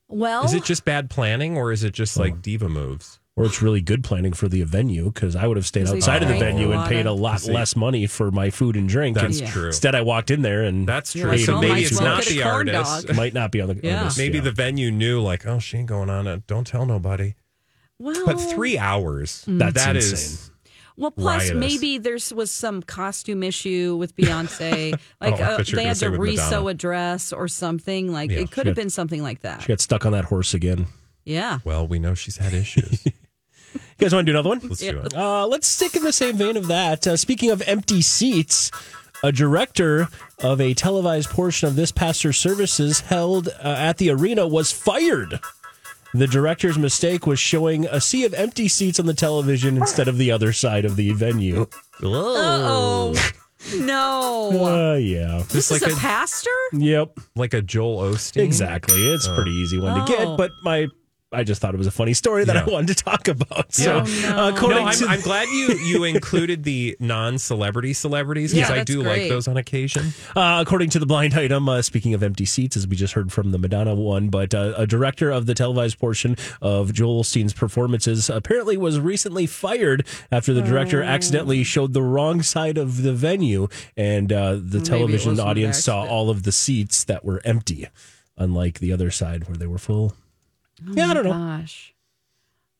Speaker 3: Well,
Speaker 4: Is it just bad planning or is it just
Speaker 5: Oh.
Speaker 4: like diva moves?
Speaker 5: Or it's really good planning for the venue because I would have stayed
Speaker 3: Because they
Speaker 5: outside of the
Speaker 4: drank a
Speaker 5: venue and
Speaker 3: lot
Speaker 5: paid a
Speaker 3: of-
Speaker 5: lot
Speaker 4: See.
Speaker 5: less money for my food and drink.
Speaker 4: That's
Speaker 5: and
Speaker 3: Yeah.
Speaker 4: true.
Speaker 5: Instead, I walked in there and
Speaker 4: That's
Speaker 3: You're
Speaker 4: true.
Speaker 3: like,
Speaker 4: so
Speaker 3: "Oh,
Speaker 4: maybe
Speaker 3: might
Speaker 4: it's
Speaker 3: as well
Speaker 4: not
Speaker 3: get a
Speaker 4: the
Speaker 3: corn
Speaker 4: artist.
Speaker 3: dog."
Speaker 5: might not be on the.
Speaker 3: Yeah.
Speaker 5: artist,
Speaker 4: Maybe
Speaker 5: yeah.
Speaker 4: the venue knew, like, oh, she ain't going on it. Don't tell nobody.
Speaker 3: well,
Speaker 4: But three hours.
Speaker 3: Mm.
Speaker 5: That's
Speaker 4: that is-
Speaker 5: insane.
Speaker 3: Well, plus
Speaker 4: riotous.
Speaker 3: maybe there's was some costume issue with Beyonce, like
Speaker 4: Oh, I
Speaker 3: uh,
Speaker 4: thought
Speaker 3: they
Speaker 4: you were gonna
Speaker 3: had
Speaker 4: say
Speaker 3: to
Speaker 4: with
Speaker 3: resew
Speaker 4: Madonna.
Speaker 3: a dress or something. Like it could have
Speaker 5: she had-
Speaker 3: been something like that.
Speaker 5: She got stuck on that horse again.
Speaker 3: yeah.
Speaker 4: Well, we know she's had issues.
Speaker 5: You guys want to do another one?
Speaker 4: Let's do it.
Speaker 5: Uh, let's stick in the same vein of that. Uh, speaking of empty seats, a director of a televised portion of this pastor services held uh, at the arena was fired. The director's mistake was showing a sea of empty seats on the television instead of the other side of the venue.
Speaker 3: Uh oh. no.
Speaker 5: Uh, yeah.
Speaker 3: This
Speaker 4: It's
Speaker 3: is
Speaker 4: like
Speaker 3: a
Speaker 4: a-
Speaker 3: pastor?
Speaker 5: Yep.
Speaker 4: Like a Joel Osteen.
Speaker 5: Exactly. It's a pretty easy one to
Speaker 3: Oh.
Speaker 5: get, but my I just thought it was a funny story that I
Speaker 4: Yeah.
Speaker 5: wanted to talk about. So,
Speaker 4: Yeah.
Speaker 5: uh,
Speaker 4: No,
Speaker 5: according
Speaker 4: I'm,
Speaker 5: to
Speaker 4: I'm glad you you included the non-celebrity celebrities because
Speaker 3: Yeah,
Speaker 4: I
Speaker 3: that's
Speaker 4: do like
Speaker 3: great.
Speaker 4: those on occasion.
Speaker 5: Uh, according to the blind item, uh, speaking of empty seats, as we just heard from the Madonna one, but uh, a director of the televised portion of Joel Osteen's performances apparently was recently fired after the
Speaker 3: Mm.
Speaker 5: director accidentally showed the wrong side of the venue, and uh, the television
Speaker 3: wasn't an
Speaker 5: audience saw
Speaker 3: accident.
Speaker 5: all of the seats that were empty, unlike the other side where they were full.
Speaker 3: Oh
Speaker 5: yeah, I don't know.
Speaker 3: Gosh.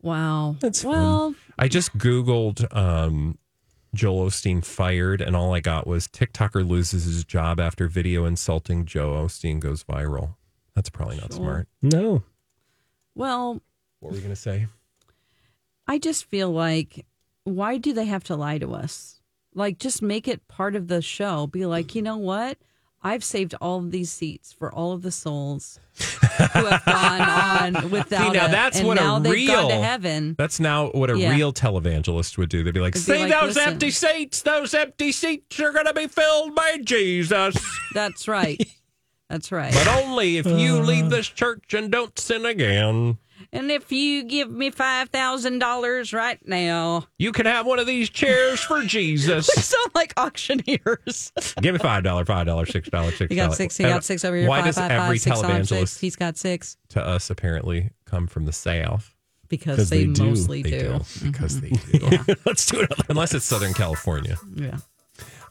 Speaker 3: Wow.
Speaker 5: That's fun.
Speaker 3: well,
Speaker 4: I just googled um, Joel Osteen fired, and all I got was TikToker loses his job after video insulting Joe Osteen goes viral. That's probably not smart.
Speaker 5: No.
Speaker 3: well,
Speaker 4: What were we gonna say?
Speaker 3: I just feel like why do they have to lie to us? Like just make it part of the show. Be like, you know what? I've saved all of these seats for all of the souls who have gone on without.
Speaker 4: now
Speaker 3: it,
Speaker 4: that's
Speaker 3: and
Speaker 4: what a
Speaker 3: now they've gone to
Speaker 4: real-
Speaker 3: heaven.
Speaker 4: That's now what a
Speaker 3: Yeah.
Speaker 4: real televangelist would do. They'd be like,
Speaker 3: They'd be
Speaker 4: "See
Speaker 3: like,
Speaker 4: those
Speaker 3: "Listen."
Speaker 4: empty seats? Those empty seats are gonna be filled by Jesus,
Speaker 3: That's right. That's right.
Speaker 4: but only if you
Speaker 3: Uh.
Speaker 4: leave this church and don't sin again."
Speaker 3: And if you give me five thousand dollars right now,
Speaker 4: You can have one of these chairs for Jesus.
Speaker 3: they sound like auctioneers.
Speaker 4: Give me five dollar, five dollar, six dollar, six.
Speaker 3: You got six. He got six over here.
Speaker 4: Why
Speaker 3: five,
Speaker 4: does
Speaker 3: five,
Speaker 4: every
Speaker 3: five, six, five,
Speaker 4: televangelist
Speaker 3: six. He's got six
Speaker 4: to us apparently come from the south?
Speaker 3: because they,
Speaker 5: they do.
Speaker 3: mostly do. Mm-hmm.
Speaker 4: because they do.
Speaker 5: Let's do another.
Speaker 4: Unless it's Southern California.
Speaker 3: Yeah.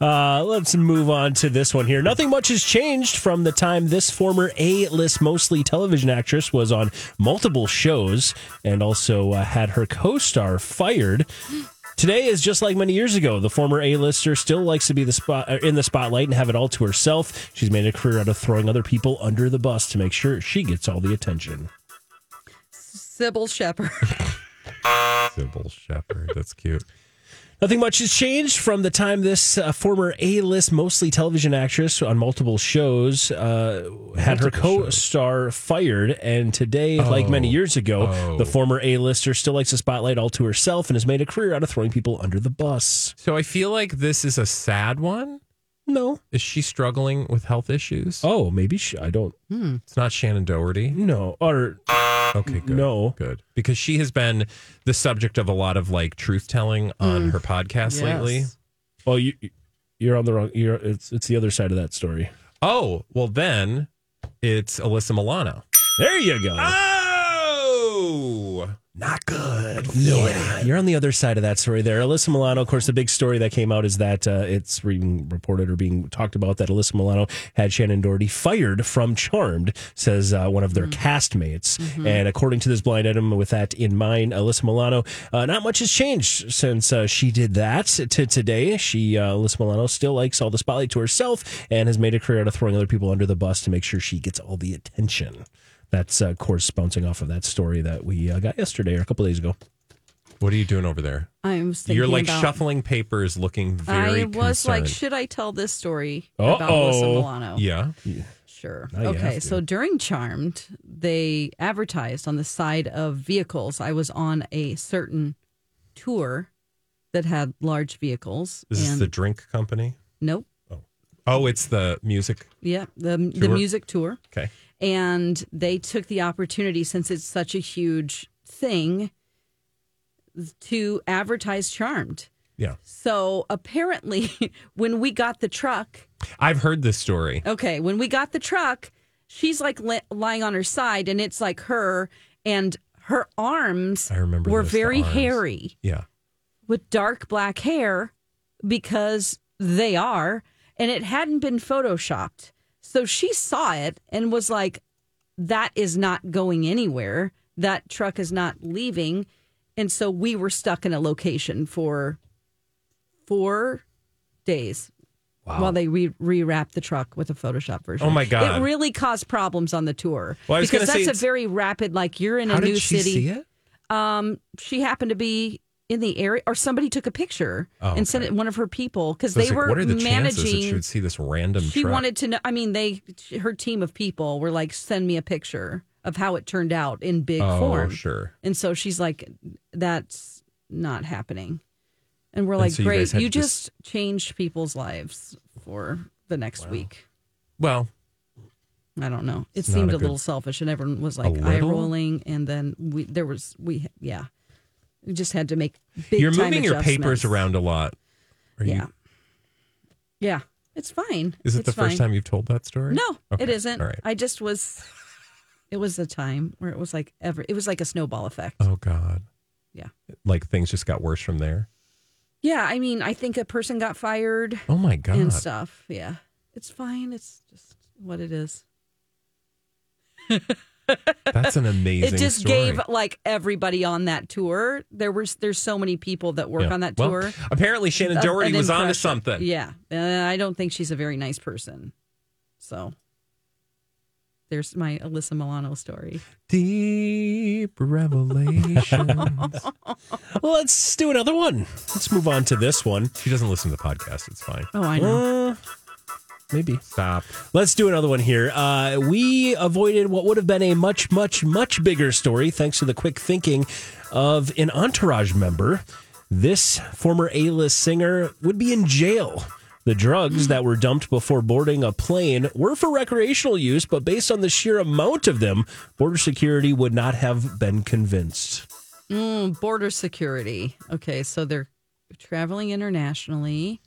Speaker 5: Uh, let's move on to this one here. Nothing much has changed from the time this former A-list, mostly television actress, was on multiple shows and also uh, had her co-star fired. Today is just like many years ago. The former A-lister still likes to be the spot uh, in the spotlight and have it all to herself. She's made a career out of throwing other people under the bus to make sure she gets all the attention.
Speaker 3: Sybil Shepherd.
Speaker 4: Sybil Shepherd. That's cute.
Speaker 5: Nothing much has changed from the time this uh, former A-list, mostly television actress on multiple shows, uh, had her co-star fired, and today, like many years ago, the former A-lister still likes the spotlight all to herself and has made a career out of throwing people under the bus.
Speaker 4: So I feel like this is a sad one.
Speaker 5: No,
Speaker 4: Is she struggling with health issues?
Speaker 5: oh, maybe she, I don't
Speaker 4: It's not Shannon Doherty.
Speaker 5: know, or
Speaker 4: Okay, good.
Speaker 5: No.
Speaker 4: Good. Because she has been the subject of a lot of like truth telling on
Speaker 5: Mm.
Speaker 4: her podcast lately.
Speaker 5: well, Oh, you, you're on the wrong. You're it's it's the other side of that story.
Speaker 4: Oh, well, then it's Alyssa Milano.
Speaker 5: There you go.
Speaker 4: Oh,
Speaker 5: Not good. Yeah, you're on the other side of that story there. Alyssa Milano, of course, the big story that came out is that uh, it's being reported or being talked about that Alyssa Milano had Shannon Doherty fired from Charmed, says uh, one of their castmates. And according to this blind item, with that in mind, Alyssa Milano, uh, not much has changed since uh, she did that to today. She, uh, Alyssa Milano, still likes all the spotlight to herself and has made a career out of throwing other people under the bus to make sure she gets all the attention. That's, uh, of course, bouncing off of that story that we uh, got yesterday or a couple days ago.
Speaker 4: what are you doing over there?
Speaker 3: I was thinking
Speaker 4: You're like
Speaker 3: about,
Speaker 4: shuffling papers, looking very.
Speaker 3: I was like, oh.
Speaker 4: concerned.
Speaker 3: should I tell this story about
Speaker 5: Uh-oh.
Speaker 3: Alyssa Milano?
Speaker 4: yeah.
Speaker 3: Sure.
Speaker 5: you
Speaker 3: okay.
Speaker 5: have to.
Speaker 3: So during Charmed, they advertised on the side of vehicles. I was on a certain tour that had large vehicles.
Speaker 4: Is this the drink company?
Speaker 3: nope.
Speaker 4: Oh, it's the music.
Speaker 3: Yeah. The, the
Speaker 4: Tour?
Speaker 3: music tour.
Speaker 4: Okay.
Speaker 3: and they took the opportunity since it's such a huge thing to advertise charmed
Speaker 4: Yeah.
Speaker 3: so apparently when we got the truck
Speaker 4: I've heard this story.
Speaker 3: okay when we got the truck she's like li- lying on her side and it's like her and her arms
Speaker 4: I remember
Speaker 3: were
Speaker 4: this, the
Speaker 3: very
Speaker 4: arms.
Speaker 3: hairy
Speaker 4: Yeah.
Speaker 3: with dark black hair because they are, and it hadn't been photoshopped. So she saw it and was like, that is not going anywhere. That truck is not leaving. And so we were stuck in a location for four days while they re- rewrapped the truck with a Photoshop version.
Speaker 4: Oh, my God.
Speaker 3: It really caused problems on the tour.
Speaker 4: Well, I was
Speaker 3: because
Speaker 4: gonna say
Speaker 3: that's a
Speaker 4: it's-
Speaker 3: very rapid, like you're in a
Speaker 4: How
Speaker 3: new
Speaker 4: did she
Speaker 3: city
Speaker 4: see it?
Speaker 3: um, she happened to be in the area, or somebody took a picture
Speaker 4: Oh,
Speaker 3: and sent
Speaker 4: okay.
Speaker 3: it one of her people because
Speaker 4: So
Speaker 3: they
Speaker 4: it's like,
Speaker 3: were
Speaker 4: what are the
Speaker 3: managing.
Speaker 4: chances that she would see this random?
Speaker 3: she
Speaker 4: truck?
Speaker 3: wanted to know. I mean, they her team of people were like, "Send me a picture of how it turned out in big
Speaker 4: Oh,
Speaker 3: form."
Speaker 4: sure.
Speaker 3: And so she's like, "That's not happening." And we're
Speaker 4: And
Speaker 3: like,
Speaker 4: so you
Speaker 3: "Great,
Speaker 4: guys had
Speaker 3: you
Speaker 4: to just-
Speaker 3: just changed people's lives for the next week."
Speaker 4: Well,
Speaker 3: I don't know. It
Speaker 4: not
Speaker 3: seemed
Speaker 4: a
Speaker 3: a,
Speaker 4: good-
Speaker 3: little selfish, and everyone was like
Speaker 4: little?
Speaker 3: eye rolling. And then we there was we yeah, we just had to make. Big
Speaker 4: you're
Speaker 3: time
Speaker 4: moving your papers
Speaker 3: adjustments.
Speaker 4: around a lot. Are you-
Speaker 3: Yeah, yeah, it's fine.
Speaker 4: is it
Speaker 3: It's
Speaker 4: the
Speaker 3: fine.
Speaker 4: first time you've told that story?
Speaker 3: No, it
Speaker 4: Okay.
Speaker 3: isn't.
Speaker 4: All right.
Speaker 3: I just was. It was a time where it was like ever. It was like a snowball effect.
Speaker 4: Oh God.
Speaker 3: Yeah.
Speaker 4: Like things just got worse from there.
Speaker 3: Yeah, I mean, I think a person got fired
Speaker 4: Oh my God.
Speaker 3: and stuff. Yeah, it's fine. It's just what it is.
Speaker 4: That's an amazing.
Speaker 3: it just
Speaker 4: story.
Speaker 3: gave like everybody on that tour. There was there's so many people that work
Speaker 4: Yeah.
Speaker 3: on that
Speaker 4: Well,
Speaker 3: tour.
Speaker 4: apparently, Shannon
Speaker 3: a-
Speaker 4: Doherty
Speaker 3: an
Speaker 4: was onto
Speaker 3: impression.
Speaker 4: something.
Speaker 3: Yeah. And I don't think she's a very nice person. So there's my Alyssa Milano story.
Speaker 4: Deep revelations.
Speaker 5: Well, let's do another one. Let's move on to this one.
Speaker 4: she doesn't listen to the podcast. It's fine.
Speaker 3: Oh, I know.
Speaker 5: Uh, maybe.
Speaker 4: Stop.
Speaker 5: Let's do another one here. Uh, we avoided what would have been a much, much, much bigger story thanks to the quick thinking of an entourage member. This former A list singer would be in jail. The drugs that were dumped before boarding a plane were for recreational use, but based on the sheer amount of them, border security would not have been convinced.
Speaker 3: Mm, border security. Okay, so they're traveling internationally.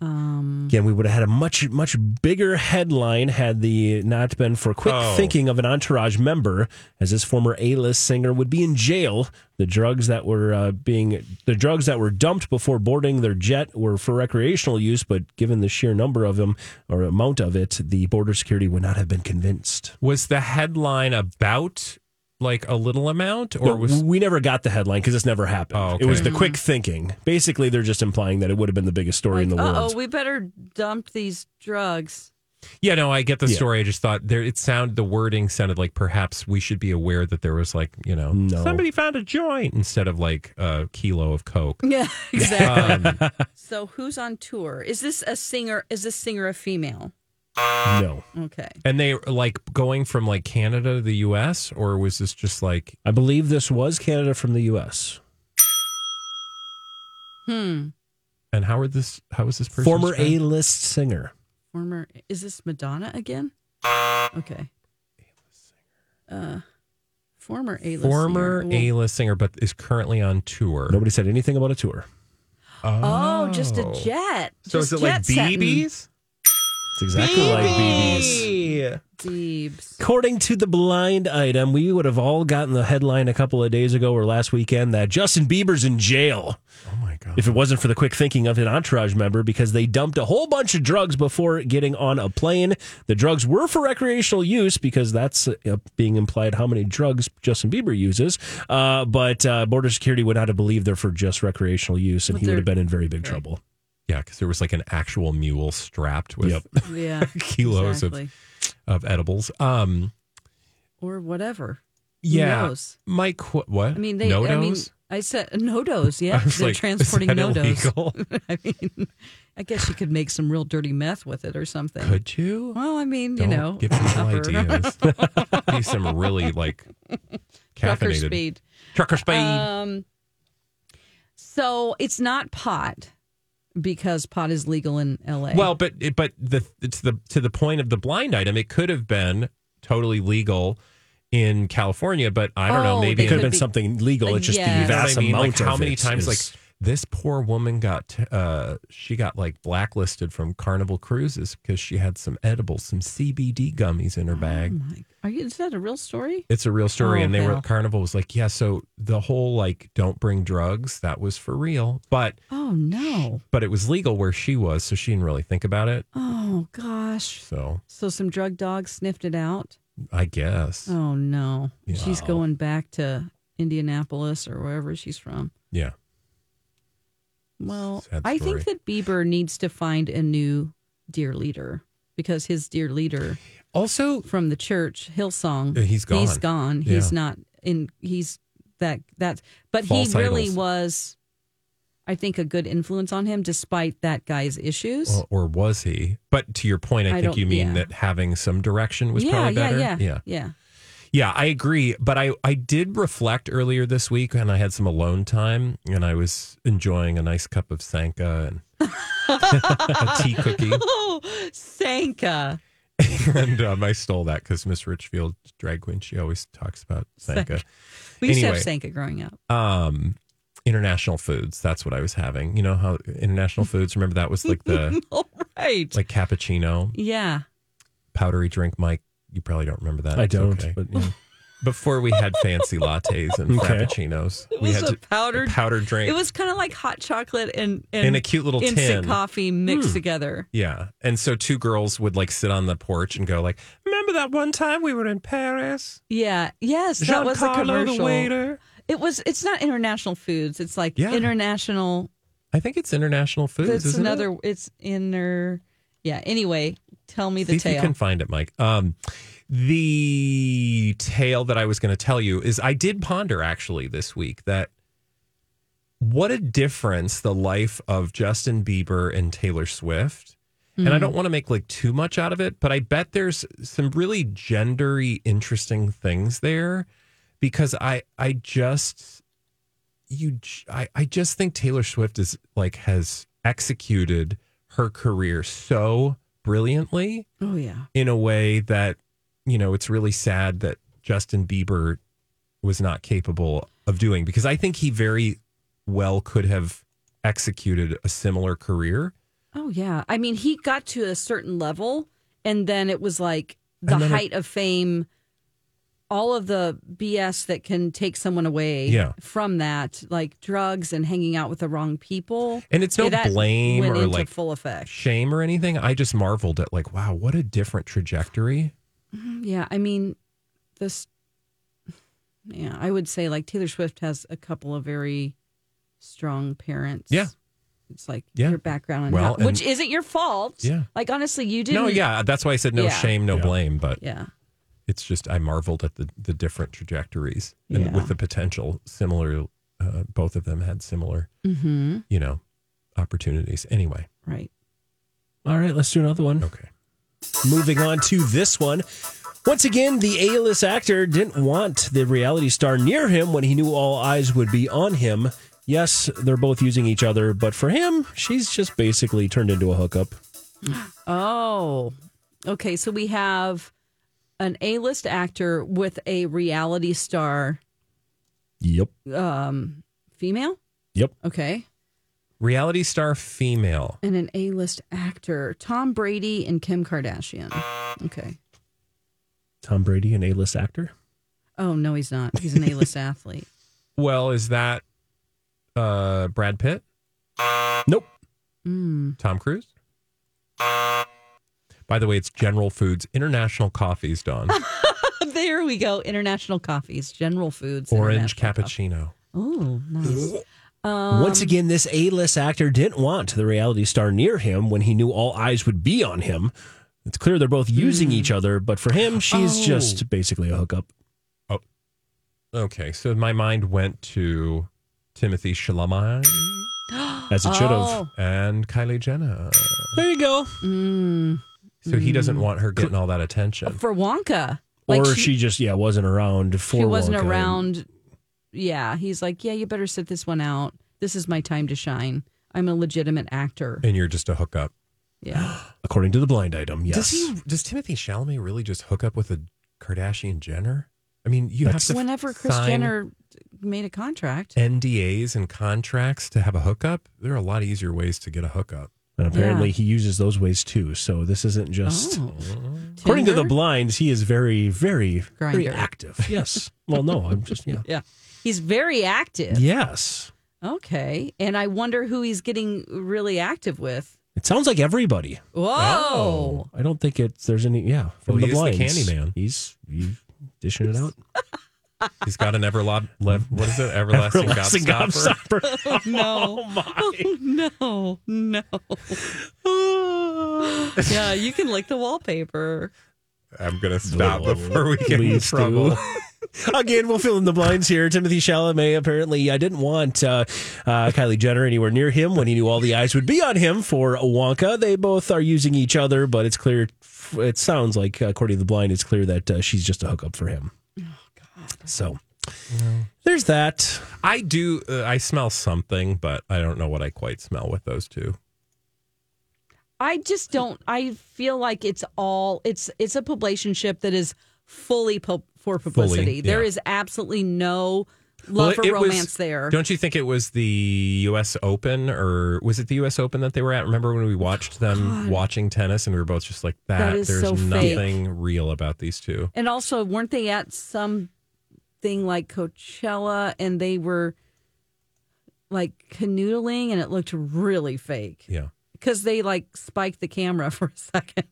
Speaker 5: Again, we would have had a much, much bigger headline had the not been for quick
Speaker 4: Oh.
Speaker 5: thinking of an entourage member, as this former A-list singer would be in jail. The drugs that were uh, being the drugs that were dumped before boarding their jet were for recreational use, but given the sheer number of them or amount of it, the border security would not have been convinced.
Speaker 4: Was the headline about like a little amount, or
Speaker 5: No,
Speaker 4: was
Speaker 5: we never got the headline because this never happened.
Speaker 4: Oh, okay.
Speaker 5: It was the quick thinking. Basically, they're just implying that it would have been the biggest story in the
Speaker 3: oh,
Speaker 5: world.
Speaker 3: we better dump these drugs.
Speaker 4: Yeah, no, I get the
Speaker 5: Yeah.
Speaker 4: story. I just thought there it sound the wording sounded like perhaps we should be aware that there was like, you know,
Speaker 5: No.
Speaker 4: somebody found a joint instead of like a kilo of coke. Um,
Speaker 3: Yeah, exactly. so who's on tour? Is this a singer? Is this singer a female?
Speaker 5: No.
Speaker 3: Okay.
Speaker 4: And they like going from like Canada to the US or was this just like
Speaker 5: I believe this was Canada from the U.S.
Speaker 3: Hmm.
Speaker 4: and how are this how is this person
Speaker 5: Former
Speaker 4: described?
Speaker 5: A-list singer.
Speaker 3: Former. Is this Madonna again? Okay. Uh, former A list.
Speaker 4: former A list singer, but is currently on tour.
Speaker 5: Nobody said anything about a tour.
Speaker 3: Oh, just a jet.
Speaker 4: So
Speaker 3: just
Speaker 4: is it like
Speaker 3: jet setting.
Speaker 4: BBs?
Speaker 5: It's exactly like BB's.
Speaker 3: Biebs.
Speaker 5: According to the blind item, we would have all gotten the headline a couple of days ago or last weekend that Justin Bieber's in jail.
Speaker 4: Oh my god.
Speaker 5: If it wasn't for the quick thinking of an entourage member, because they dumped a whole bunch of drugs before getting on a plane. The drugs were for recreational use, because that's uh, being implied how many drugs Justin Bieber uses. Uh, but uh, border security would not have believed they're for just recreational use, and
Speaker 3: But
Speaker 5: he would
Speaker 3: they're-
Speaker 5: have been in very big trouble.
Speaker 4: yeah, because there was like an actual mule strapped with
Speaker 5: Yep.
Speaker 3: Yeah.
Speaker 4: kilos
Speaker 3: exactly.
Speaker 4: of, of edibles. Um
Speaker 3: Or whatever. Who
Speaker 4: yeah.
Speaker 3: knows?
Speaker 4: My qu- what?
Speaker 3: I mean, they.
Speaker 4: no
Speaker 3: I mean,
Speaker 4: dose?
Speaker 3: I said no dos. Yeah,
Speaker 4: I was
Speaker 3: they're
Speaker 4: like, is
Speaker 3: transporting
Speaker 4: that
Speaker 3: no dos.
Speaker 4: illegal?
Speaker 3: I mean, I guess you could make some real dirty meth with it or something.
Speaker 4: Could you?
Speaker 3: Well, I mean,
Speaker 4: Don't
Speaker 3: you know,
Speaker 4: give people
Speaker 3: upper-
Speaker 4: ideas. Be some really like
Speaker 3: trucker
Speaker 4: caffeinated
Speaker 3: speed.
Speaker 4: Trucker speed.
Speaker 3: Um, so it's not pot because pot is legal in L.A.
Speaker 4: well, but it- but the it's the to the point of the blind item. It could have been totally legal in California, but I don't know.
Speaker 3: Oh,
Speaker 4: Maybe
Speaker 3: they
Speaker 5: It
Speaker 4: in
Speaker 5: could have
Speaker 4: the-
Speaker 5: been
Speaker 3: be-
Speaker 5: something legal. It's just
Speaker 3: Yes.
Speaker 5: the
Speaker 4: You know what
Speaker 5: vast
Speaker 4: I mean?
Speaker 5: amount
Speaker 4: Like, how
Speaker 5: of
Speaker 4: many
Speaker 5: it
Speaker 4: times
Speaker 5: is-
Speaker 4: like this poor woman got uh she got like blacklisted from carnival cruises because she had some edibles some cbd gummies in her bag
Speaker 3: Like, Oh are you? Is that a real story?
Speaker 4: it's a real
Speaker 3: Mm.
Speaker 4: story
Speaker 3: Oh,
Speaker 4: and they were
Speaker 3: Val.
Speaker 4: carnival was like yeah so the whole like don't bring drugs that was for real but
Speaker 3: Oh no!
Speaker 4: but it was legal where she was so she didn't really think about it
Speaker 3: Oh gosh!
Speaker 4: so
Speaker 3: So some drug dogs sniffed it out.
Speaker 4: i guess
Speaker 3: Oh no!
Speaker 4: Yeah.
Speaker 3: She's going back to Indianapolis or wherever she's from.
Speaker 4: yeah
Speaker 3: Well,
Speaker 4: Sad
Speaker 3: I
Speaker 4: story.
Speaker 3: think that Bieber needs to find a new dear leader because his dear leader
Speaker 4: also
Speaker 3: from the church, Hillsong,
Speaker 4: Uh, he's gone.
Speaker 3: He's gone. He's
Speaker 4: Yeah.
Speaker 3: not in. He's that that. But
Speaker 4: False
Speaker 3: he really
Speaker 4: idols.
Speaker 3: was, I think, a good influence on him despite that guy's issues.
Speaker 4: or, or was he but to your point i,
Speaker 3: I
Speaker 4: think
Speaker 3: don't-
Speaker 4: you mean
Speaker 3: yeah.
Speaker 4: that having some direction was
Speaker 3: yeah,
Speaker 4: probably
Speaker 3: yeah,
Speaker 4: better
Speaker 3: yeah,
Speaker 4: yeah
Speaker 3: yeah, yeah.
Speaker 4: Yeah, I agree. But I, I did reflect earlier this week and I had some alone time and I was enjoying a nice cup of Sanka and a tea cookie.
Speaker 3: Oh, Sanka.
Speaker 4: And um, I stole that because Miss Richfield, drag queen, she always talks about Sanka.
Speaker 3: We used to
Speaker 4: Anyway.
Speaker 3: have Sanka growing up.
Speaker 4: Um, international foods. That's what I was having. You know how international foods, remember that was like the
Speaker 3: All right.
Speaker 4: like cappuccino,
Speaker 3: yeah.
Speaker 4: powdery drink, Mike. You probably don't remember that.
Speaker 5: I
Speaker 4: It's
Speaker 5: don't.
Speaker 4: okay.
Speaker 5: But, yeah.
Speaker 4: Before we had fancy lattes and
Speaker 5: Okay.
Speaker 4: cappuccinos,
Speaker 3: It
Speaker 4: we
Speaker 3: was
Speaker 4: had
Speaker 3: a powdered.
Speaker 4: powdered drink.
Speaker 3: It was kind of like hot chocolate and and
Speaker 4: in a cute little
Speaker 3: instant
Speaker 4: tin. Hmm.
Speaker 3: coffee mixed together.
Speaker 4: Yeah. And so two girls would like sit on the porch and go like, "Remember that one time we were in Paris?
Speaker 3: Yeah. Yes, that was a
Speaker 4: Giancarlo the
Speaker 3: commercial.
Speaker 4: waiter."
Speaker 3: It was. It's not international foods. It's like
Speaker 4: Yeah.
Speaker 3: international.
Speaker 4: I think it's international foods.
Speaker 3: That's
Speaker 4: isn't it?
Speaker 3: another. It's inner. Yeah. Anyway, tell me
Speaker 4: See
Speaker 3: the
Speaker 4: if you
Speaker 3: tale.
Speaker 4: can find it, Mike. Um, the tale that I was going to tell you is I did ponder actually this week that what a difference the life of Justin Bieber and Taylor Swift.
Speaker 3: Hmm.
Speaker 4: And I don't want to make like too much out of it, but I bet there's some really gendery interesting things there because I I just you j- I, I just think Taylor Swift is like has executed her career so brilliantly
Speaker 3: oh yeah.
Speaker 4: in a way that you know it's really sad that Justin Bieber was not capable of doing because I think he very well could have executed a similar career.
Speaker 3: Oh yeah. I mean, he got to a certain level, and then it was like the
Speaker 4: And then it-
Speaker 3: height of fame. All of the BS that can take someone away
Speaker 4: Yeah.
Speaker 3: from that, like drugs and hanging out with the wrong people.
Speaker 4: And it's no
Speaker 3: Yeah, that
Speaker 4: blame
Speaker 3: went
Speaker 4: or
Speaker 3: into
Speaker 4: like
Speaker 3: full effect.
Speaker 4: shame or anything. I just marveled at like wow, what a different trajectory.
Speaker 3: Yeah, I mean, this. Yeah, I would say like Taylor Swift has a couple of very strong parents.
Speaker 4: Yeah.
Speaker 3: It's like
Speaker 4: Yeah.
Speaker 3: your background, and
Speaker 4: Well,
Speaker 3: how- which
Speaker 4: and-
Speaker 3: isn't your fault.
Speaker 4: Yeah.
Speaker 3: Like honestly, you didn't.
Speaker 4: No, yeah, that's why I said no
Speaker 3: Yeah.
Speaker 4: shame, no
Speaker 5: Yeah.
Speaker 4: blame. But
Speaker 3: Yeah.
Speaker 4: it's just I marveled at the the different trajectories and
Speaker 3: Yeah.
Speaker 4: with the potential similar. Uh, both of them had similar,
Speaker 3: Mm-hmm.
Speaker 4: you know, opportunities. Anyway,
Speaker 3: Right.
Speaker 5: All right, let's do another one.
Speaker 4: okay.
Speaker 5: Moving on to this one. Once again, the A list actor didn't want the reality star near him when he knew all eyes would be on him. Yes, they're both using each other, but for him, she's just basically turned into a hookup.
Speaker 3: Oh. Okay. So we have an A-list actor with a reality star
Speaker 5: Yep.
Speaker 3: um, female.
Speaker 5: Yep.
Speaker 3: Okay.
Speaker 4: Reality star female.
Speaker 3: And an A-list actor, Tom Brady and Kim Kardashian. Okay.
Speaker 5: Tom Brady, an A list actor.
Speaker 3: Oh no, he's not. He's an A-list athlete.
Speaker 4: Well, is that uh, Brad Pitt,
Speaker 5: Nope.
Speaker 3: Mm.
Speaker 4: Tom Cruise? By the way, it's General Foods International Coffees, Don.
Speaker 3: There we go. International coffees, General Foods,
Speaker 4: Orange
Speaker 3: International Coffee.
Speaker 4: cappuccino.
Speaker 3: Oh, nice.
Speaker 5: Once again, this A list actor didn't want the reality star near him when he knew all eyes would be on him. It's clear they're both using each other, but for him, she's
Speaker 4: Oh.
Speaker 5: just basically a hookup.
Speaker 4: Okay, so my mind went to Timothy Chalamet
Speaker 5: As it should have.
Speaker 3: Oh.
Speaker 4: and Kylie Jenner.
Speaker 5: There you go.
Speaker 4: So he doesn't want her getting all that attention.
Speaker 3: for Wonka.
Speaker 5: or she, just yeah wasn't around for.
Speaker 3: she wasn't
Speaker 5: Wonka.
Speaker 3: around. Yeah, he's like, yeah, you better sit this one out. This is my time to shine. I'm a legitimate actor.
Speaker 4: And you're just a hookup.
Speaker 3: Yeah.
Speaker 5: according to the blind item. Yes,
Speaker 4: Does he? Does Timothy Chalamet really just hook up with a Kardashian Jenner? I mean, you
Speaker 5: That's-
Speaker 4: have to
Speaker 3: Whenever Chris
Speaker 4: sign
Speaker 3: Jenner made a contract,
Speaker 4: NDAs and contracts to have a hookup. There are a lot easier ways to get a hookup.
Speaker 5: and apparently
Speaker 3: Yeah.
Speaker 5: he uses those ways too. So this isn't just
Speaker 3: Oh.
Speaker 5: according to the
Speaker 3: Tinder?
Speaker 5: blinds. He is very, very, very
Speaker 3: Grindr.
Speaker 5: active. Yes. well, no, I'm just yeah.
Speaker 3: yeah, he's very active.
Speaker 5: Yes,
Speaker 3: Okay, and I wonder who he's getting really active with.
Speaker 5: it sounds like everybody.
Speaker 3: Whoa. Oh.
Speaker 5: I don't think it's there's any yeah from
Speaker 4: Well,
Speaker 5: the
Speaker 4: he is the
Speaker 5: blinds.
Speaker 4: Candyman.
Speaker 5: He's he's dishing it out.
Speaker 4: He's got an everlo- lev- what is it? Everlasting,
Speaker 5: Everlasting
Speaker 4: gobstopper.
Speaker 5: gobstopper.
Speaker 3: No. no, Oh, no. yeah, you can lick the wallpaper.
Speaker 4: I'm gonna stop
Speaker 5: Blue.
Speaker 4: before we get in
Speaker 5: Please do.
Speaker 4: trouble.
Speaker 5: Again, we'll fill in the blinds here. Timothy Chalamet apparently I didn't want uh, uh, Kylie Jenner anywhere near him when he knew all the eyes would be on him for Wonka. They both are using each other, but it's clear. It sounds like, according to the blind, it's clear that uh, she's just a hookup for him. So there's that.
Speaker 4: I do. Uh, I smell something, but I don't know what I quite smell with those two.
Speaker 3: I just don't. I feel like it's all it's it's a publicationship that is fully pu- for publicity.
Speaker 4: Fully, yeah.
Speaker 3: There is absolutely no
Speaker 4: Well,
Speaker 3: love
Speaker 4: it- it
Speaker 3: or
Speaker 4: was-
Speaker 3: romance there.
Speaker 4: Don't you think it was the U.S. Open or was it the U.S. Open that they were at? Remember when we watched them watching tennis and we were both just like, "That,
Speaker 3: Oh, is
Speaker 4: there's
Speaker 3: so fake.
Speaker 4: nothing real about these two.
Speaker 3: And also, weren't they at some thing like Coachella and they were like canoodling and it looked really fake
Speaker 4: Yeah,
Speaker 3: because they like spiked the camera for a second.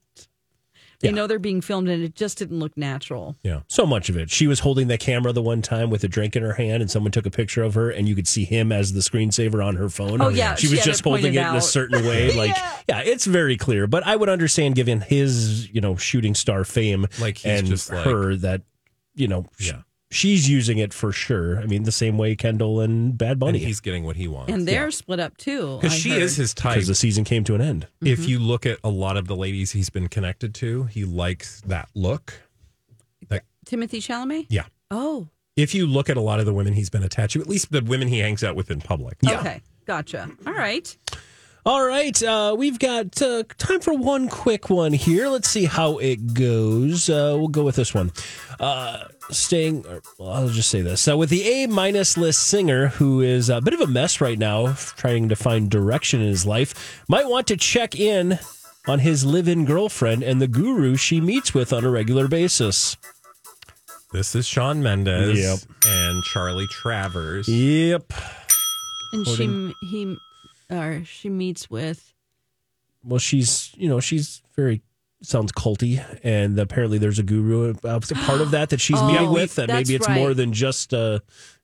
Speaker 3: They know they're being filmed and it just didn't look natural.
Speaker 5: So much of it. She was holding the camera the one time with a drink in her hand, and someone took a picture of her, and you could see him as the screensaver on her phone.
Speaker 3: Oh, yeah.
Speaker 5: she
Speaker 3: She
Speaker 5: was
Speaker 3: had
Speaker 5: just
Speaker 3: it
Speaker 5: holding
Speaker 3: pointed
Speaker 5: it in a
Speaker 3: out.
Speaker 5: certain way. Like, yeah. it's very clear. But I would understand, given his you know shooting star fame,
Speaker 4: Like, he's
Speaker 5: and
Speaker 4: just like-
Speaker 5: her that you know, sh-
Speaker 4: Yeah.
Speaker 5: she's using it for sure. I mean, the same way Kendall and Bad
Speaker 4: and
Speaker 5: Bunny,
Speaker 4: he's getting what he wants.
Speaker 3: And they're split up too.
Speaker 4: because
Speaker 3: I
Speaker 4: she
Speaker 3: heard.
Speaker 4: is his type.
Speaker 5: because the season came to an end.
Speaker 3: Mm-hmm.
Speaker 4: If you look at a lot of the ladies he's been connected to, he likes that look.
Speaker 3: Timothy Chalamet.
Speaker 4: Yeah.
Speaker 3: Oh,
Speaker 4: If you look at a lot of the women he's been attached to, at least the women he hangs out with in public.
Speaker 3: Okay. Gotcha. All right.
Speaker 5: All right, uh, we've got uh, time for one quick one here. Let's see how it goes. Uh, we'll go with this one. Uh, staying, or, well, I'll just say this. Uh, with the A minus list singer, who is a bit of a mess right now, trying to find direction in his life, might want to check in on his live in girlfriend and the guru she meets with on a regular basis.
Speaker 4: This is Sean Mendez
Speaker 5: Yep.
Speaker 4: and Charlie Travers.
Speaker 5: Yep.
Speaker 3: And she m- he or she meets with
Speaker 5: well she's you know she's very sounds culty and apparently there's a guru uh, part of that that she's
Speaker 3: Oh,
Speaker 5: meeting with that
Speaker 3: that's
Speaker 5: maybe it's
Speaker 3: right.
Speaker 5: more than just uh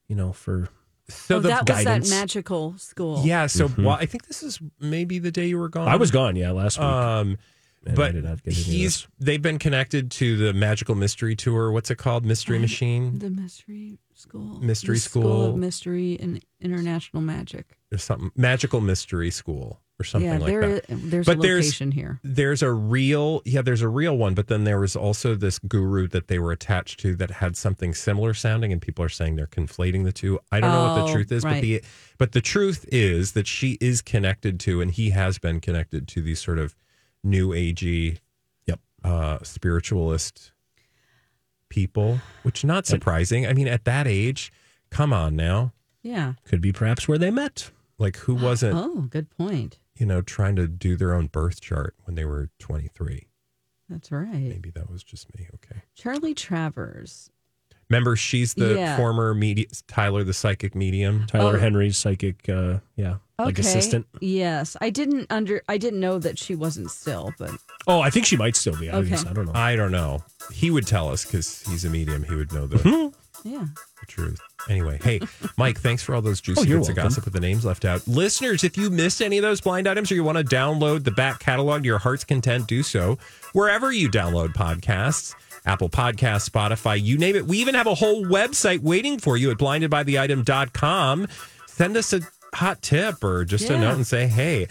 Speaker 5: you know for
Speaker 4: So
Speaker 3: oh,
Speaker 4: the
Speaker 3: that
Speaker 5: guidance.
Speaker 3: was that magical school.
Speaker 4: yeah. So well, I think this is maybe the day you were gone.
Speaker 5: Mm-hmm. I was gone, yeah, last week.
Speaker 3: Uh,
Speaker 4: Um,
Speaker 5: and I
Speaker 4: but
Speaker 5: did not get any of
Speaker 4: he's they've been connected to the Magical Mystery Tour. What's it called?
Speaker 3: Mm-hmm.
Speaker 4: Mystery Machine
Speaker 3: The mystery school.
Speaker 4: Mystery
Speaker 3: The School
Speaker 4: school.
Speaker 3: of Mystery and International Magic.
Speaker 4: or something. Magical Mystery School or something
Speaker 3: yeah,
Speaker 4: like
Speaker 3: there
Speaker 4: that.
Speaker 3: is- there's
Speaker 4: But
Speaker 3: a
Speaker 4: there's-
Speaker 3: location here.
Speaker 4: There's a real, yeah, there's a real one, but then there was also this guru that they were attached to that had something similar sounding, and people are saying they're conflating the two. I don't know what the
Speaker 3: Oh,
Speaker 4: truth is, but
Speaker 3: right.
Speaker 4: the but the truth is that she is connected to, and he has been connected to these sort of new agey,
Speaker 5: Yep.
Speaker 4: uh, spiritualist people, which not surprising. I mean, at that age, come on now,
Speaker 3: Yeah.
Speaker 5: Could be perhaps where they met.
Speaker 4: like who wasn't
Speaker 3: Oh, good point.
Speaker 4: you know trying to do their own birth chart when they were twenty three?
Speaker 3: That's right.
Speaker 4: Maybe that was just me. Okay.
Speaker 3: Charlie Travers.
Speaker 4: Remember, she's the
Speaker 3: Yeah.
Speaker 4: former media, Tyler, the psychic medium.
Speaker 5: Tyler
Speaker 3: Oh.
Speaker 5: Henry's psychic, uh, yeah,
Speaker 3: Okay.
Speaker 5: like assistant.
Speaker 3: Yes, I didn't under. I didn't know that she wasn't still, but
Speaker 5: Oh, I think she might still be. I,
Speaker 3: Okay.
Speaker 5: guess, I don't know.
Speaker 4: I don't know. He would tell us because he's a medium. He would know the,
Speaker 5: Mm-hmm.
Speaker 4: the
Speaker 3: yeah.
Speaker 4: truth. Anyway, hey, Mike, thanks for all those juicy
Speaker 5: Oh, you're
Speaker 4: bits of
Speaker 5: welcome.
Speaker 4: gossip with the names left out. Listeners, if you missed any of those blind items or you want to download the back catalog to your heart's content, do so wherever you download podcasts. Apple Podcasts, Spotify, you name it. We even have a whole website waiting for you at blindedbytheitem.com. Send us a hot tip or just a
Speaker 3: Yeah.
Speaker 4: note and say, hey,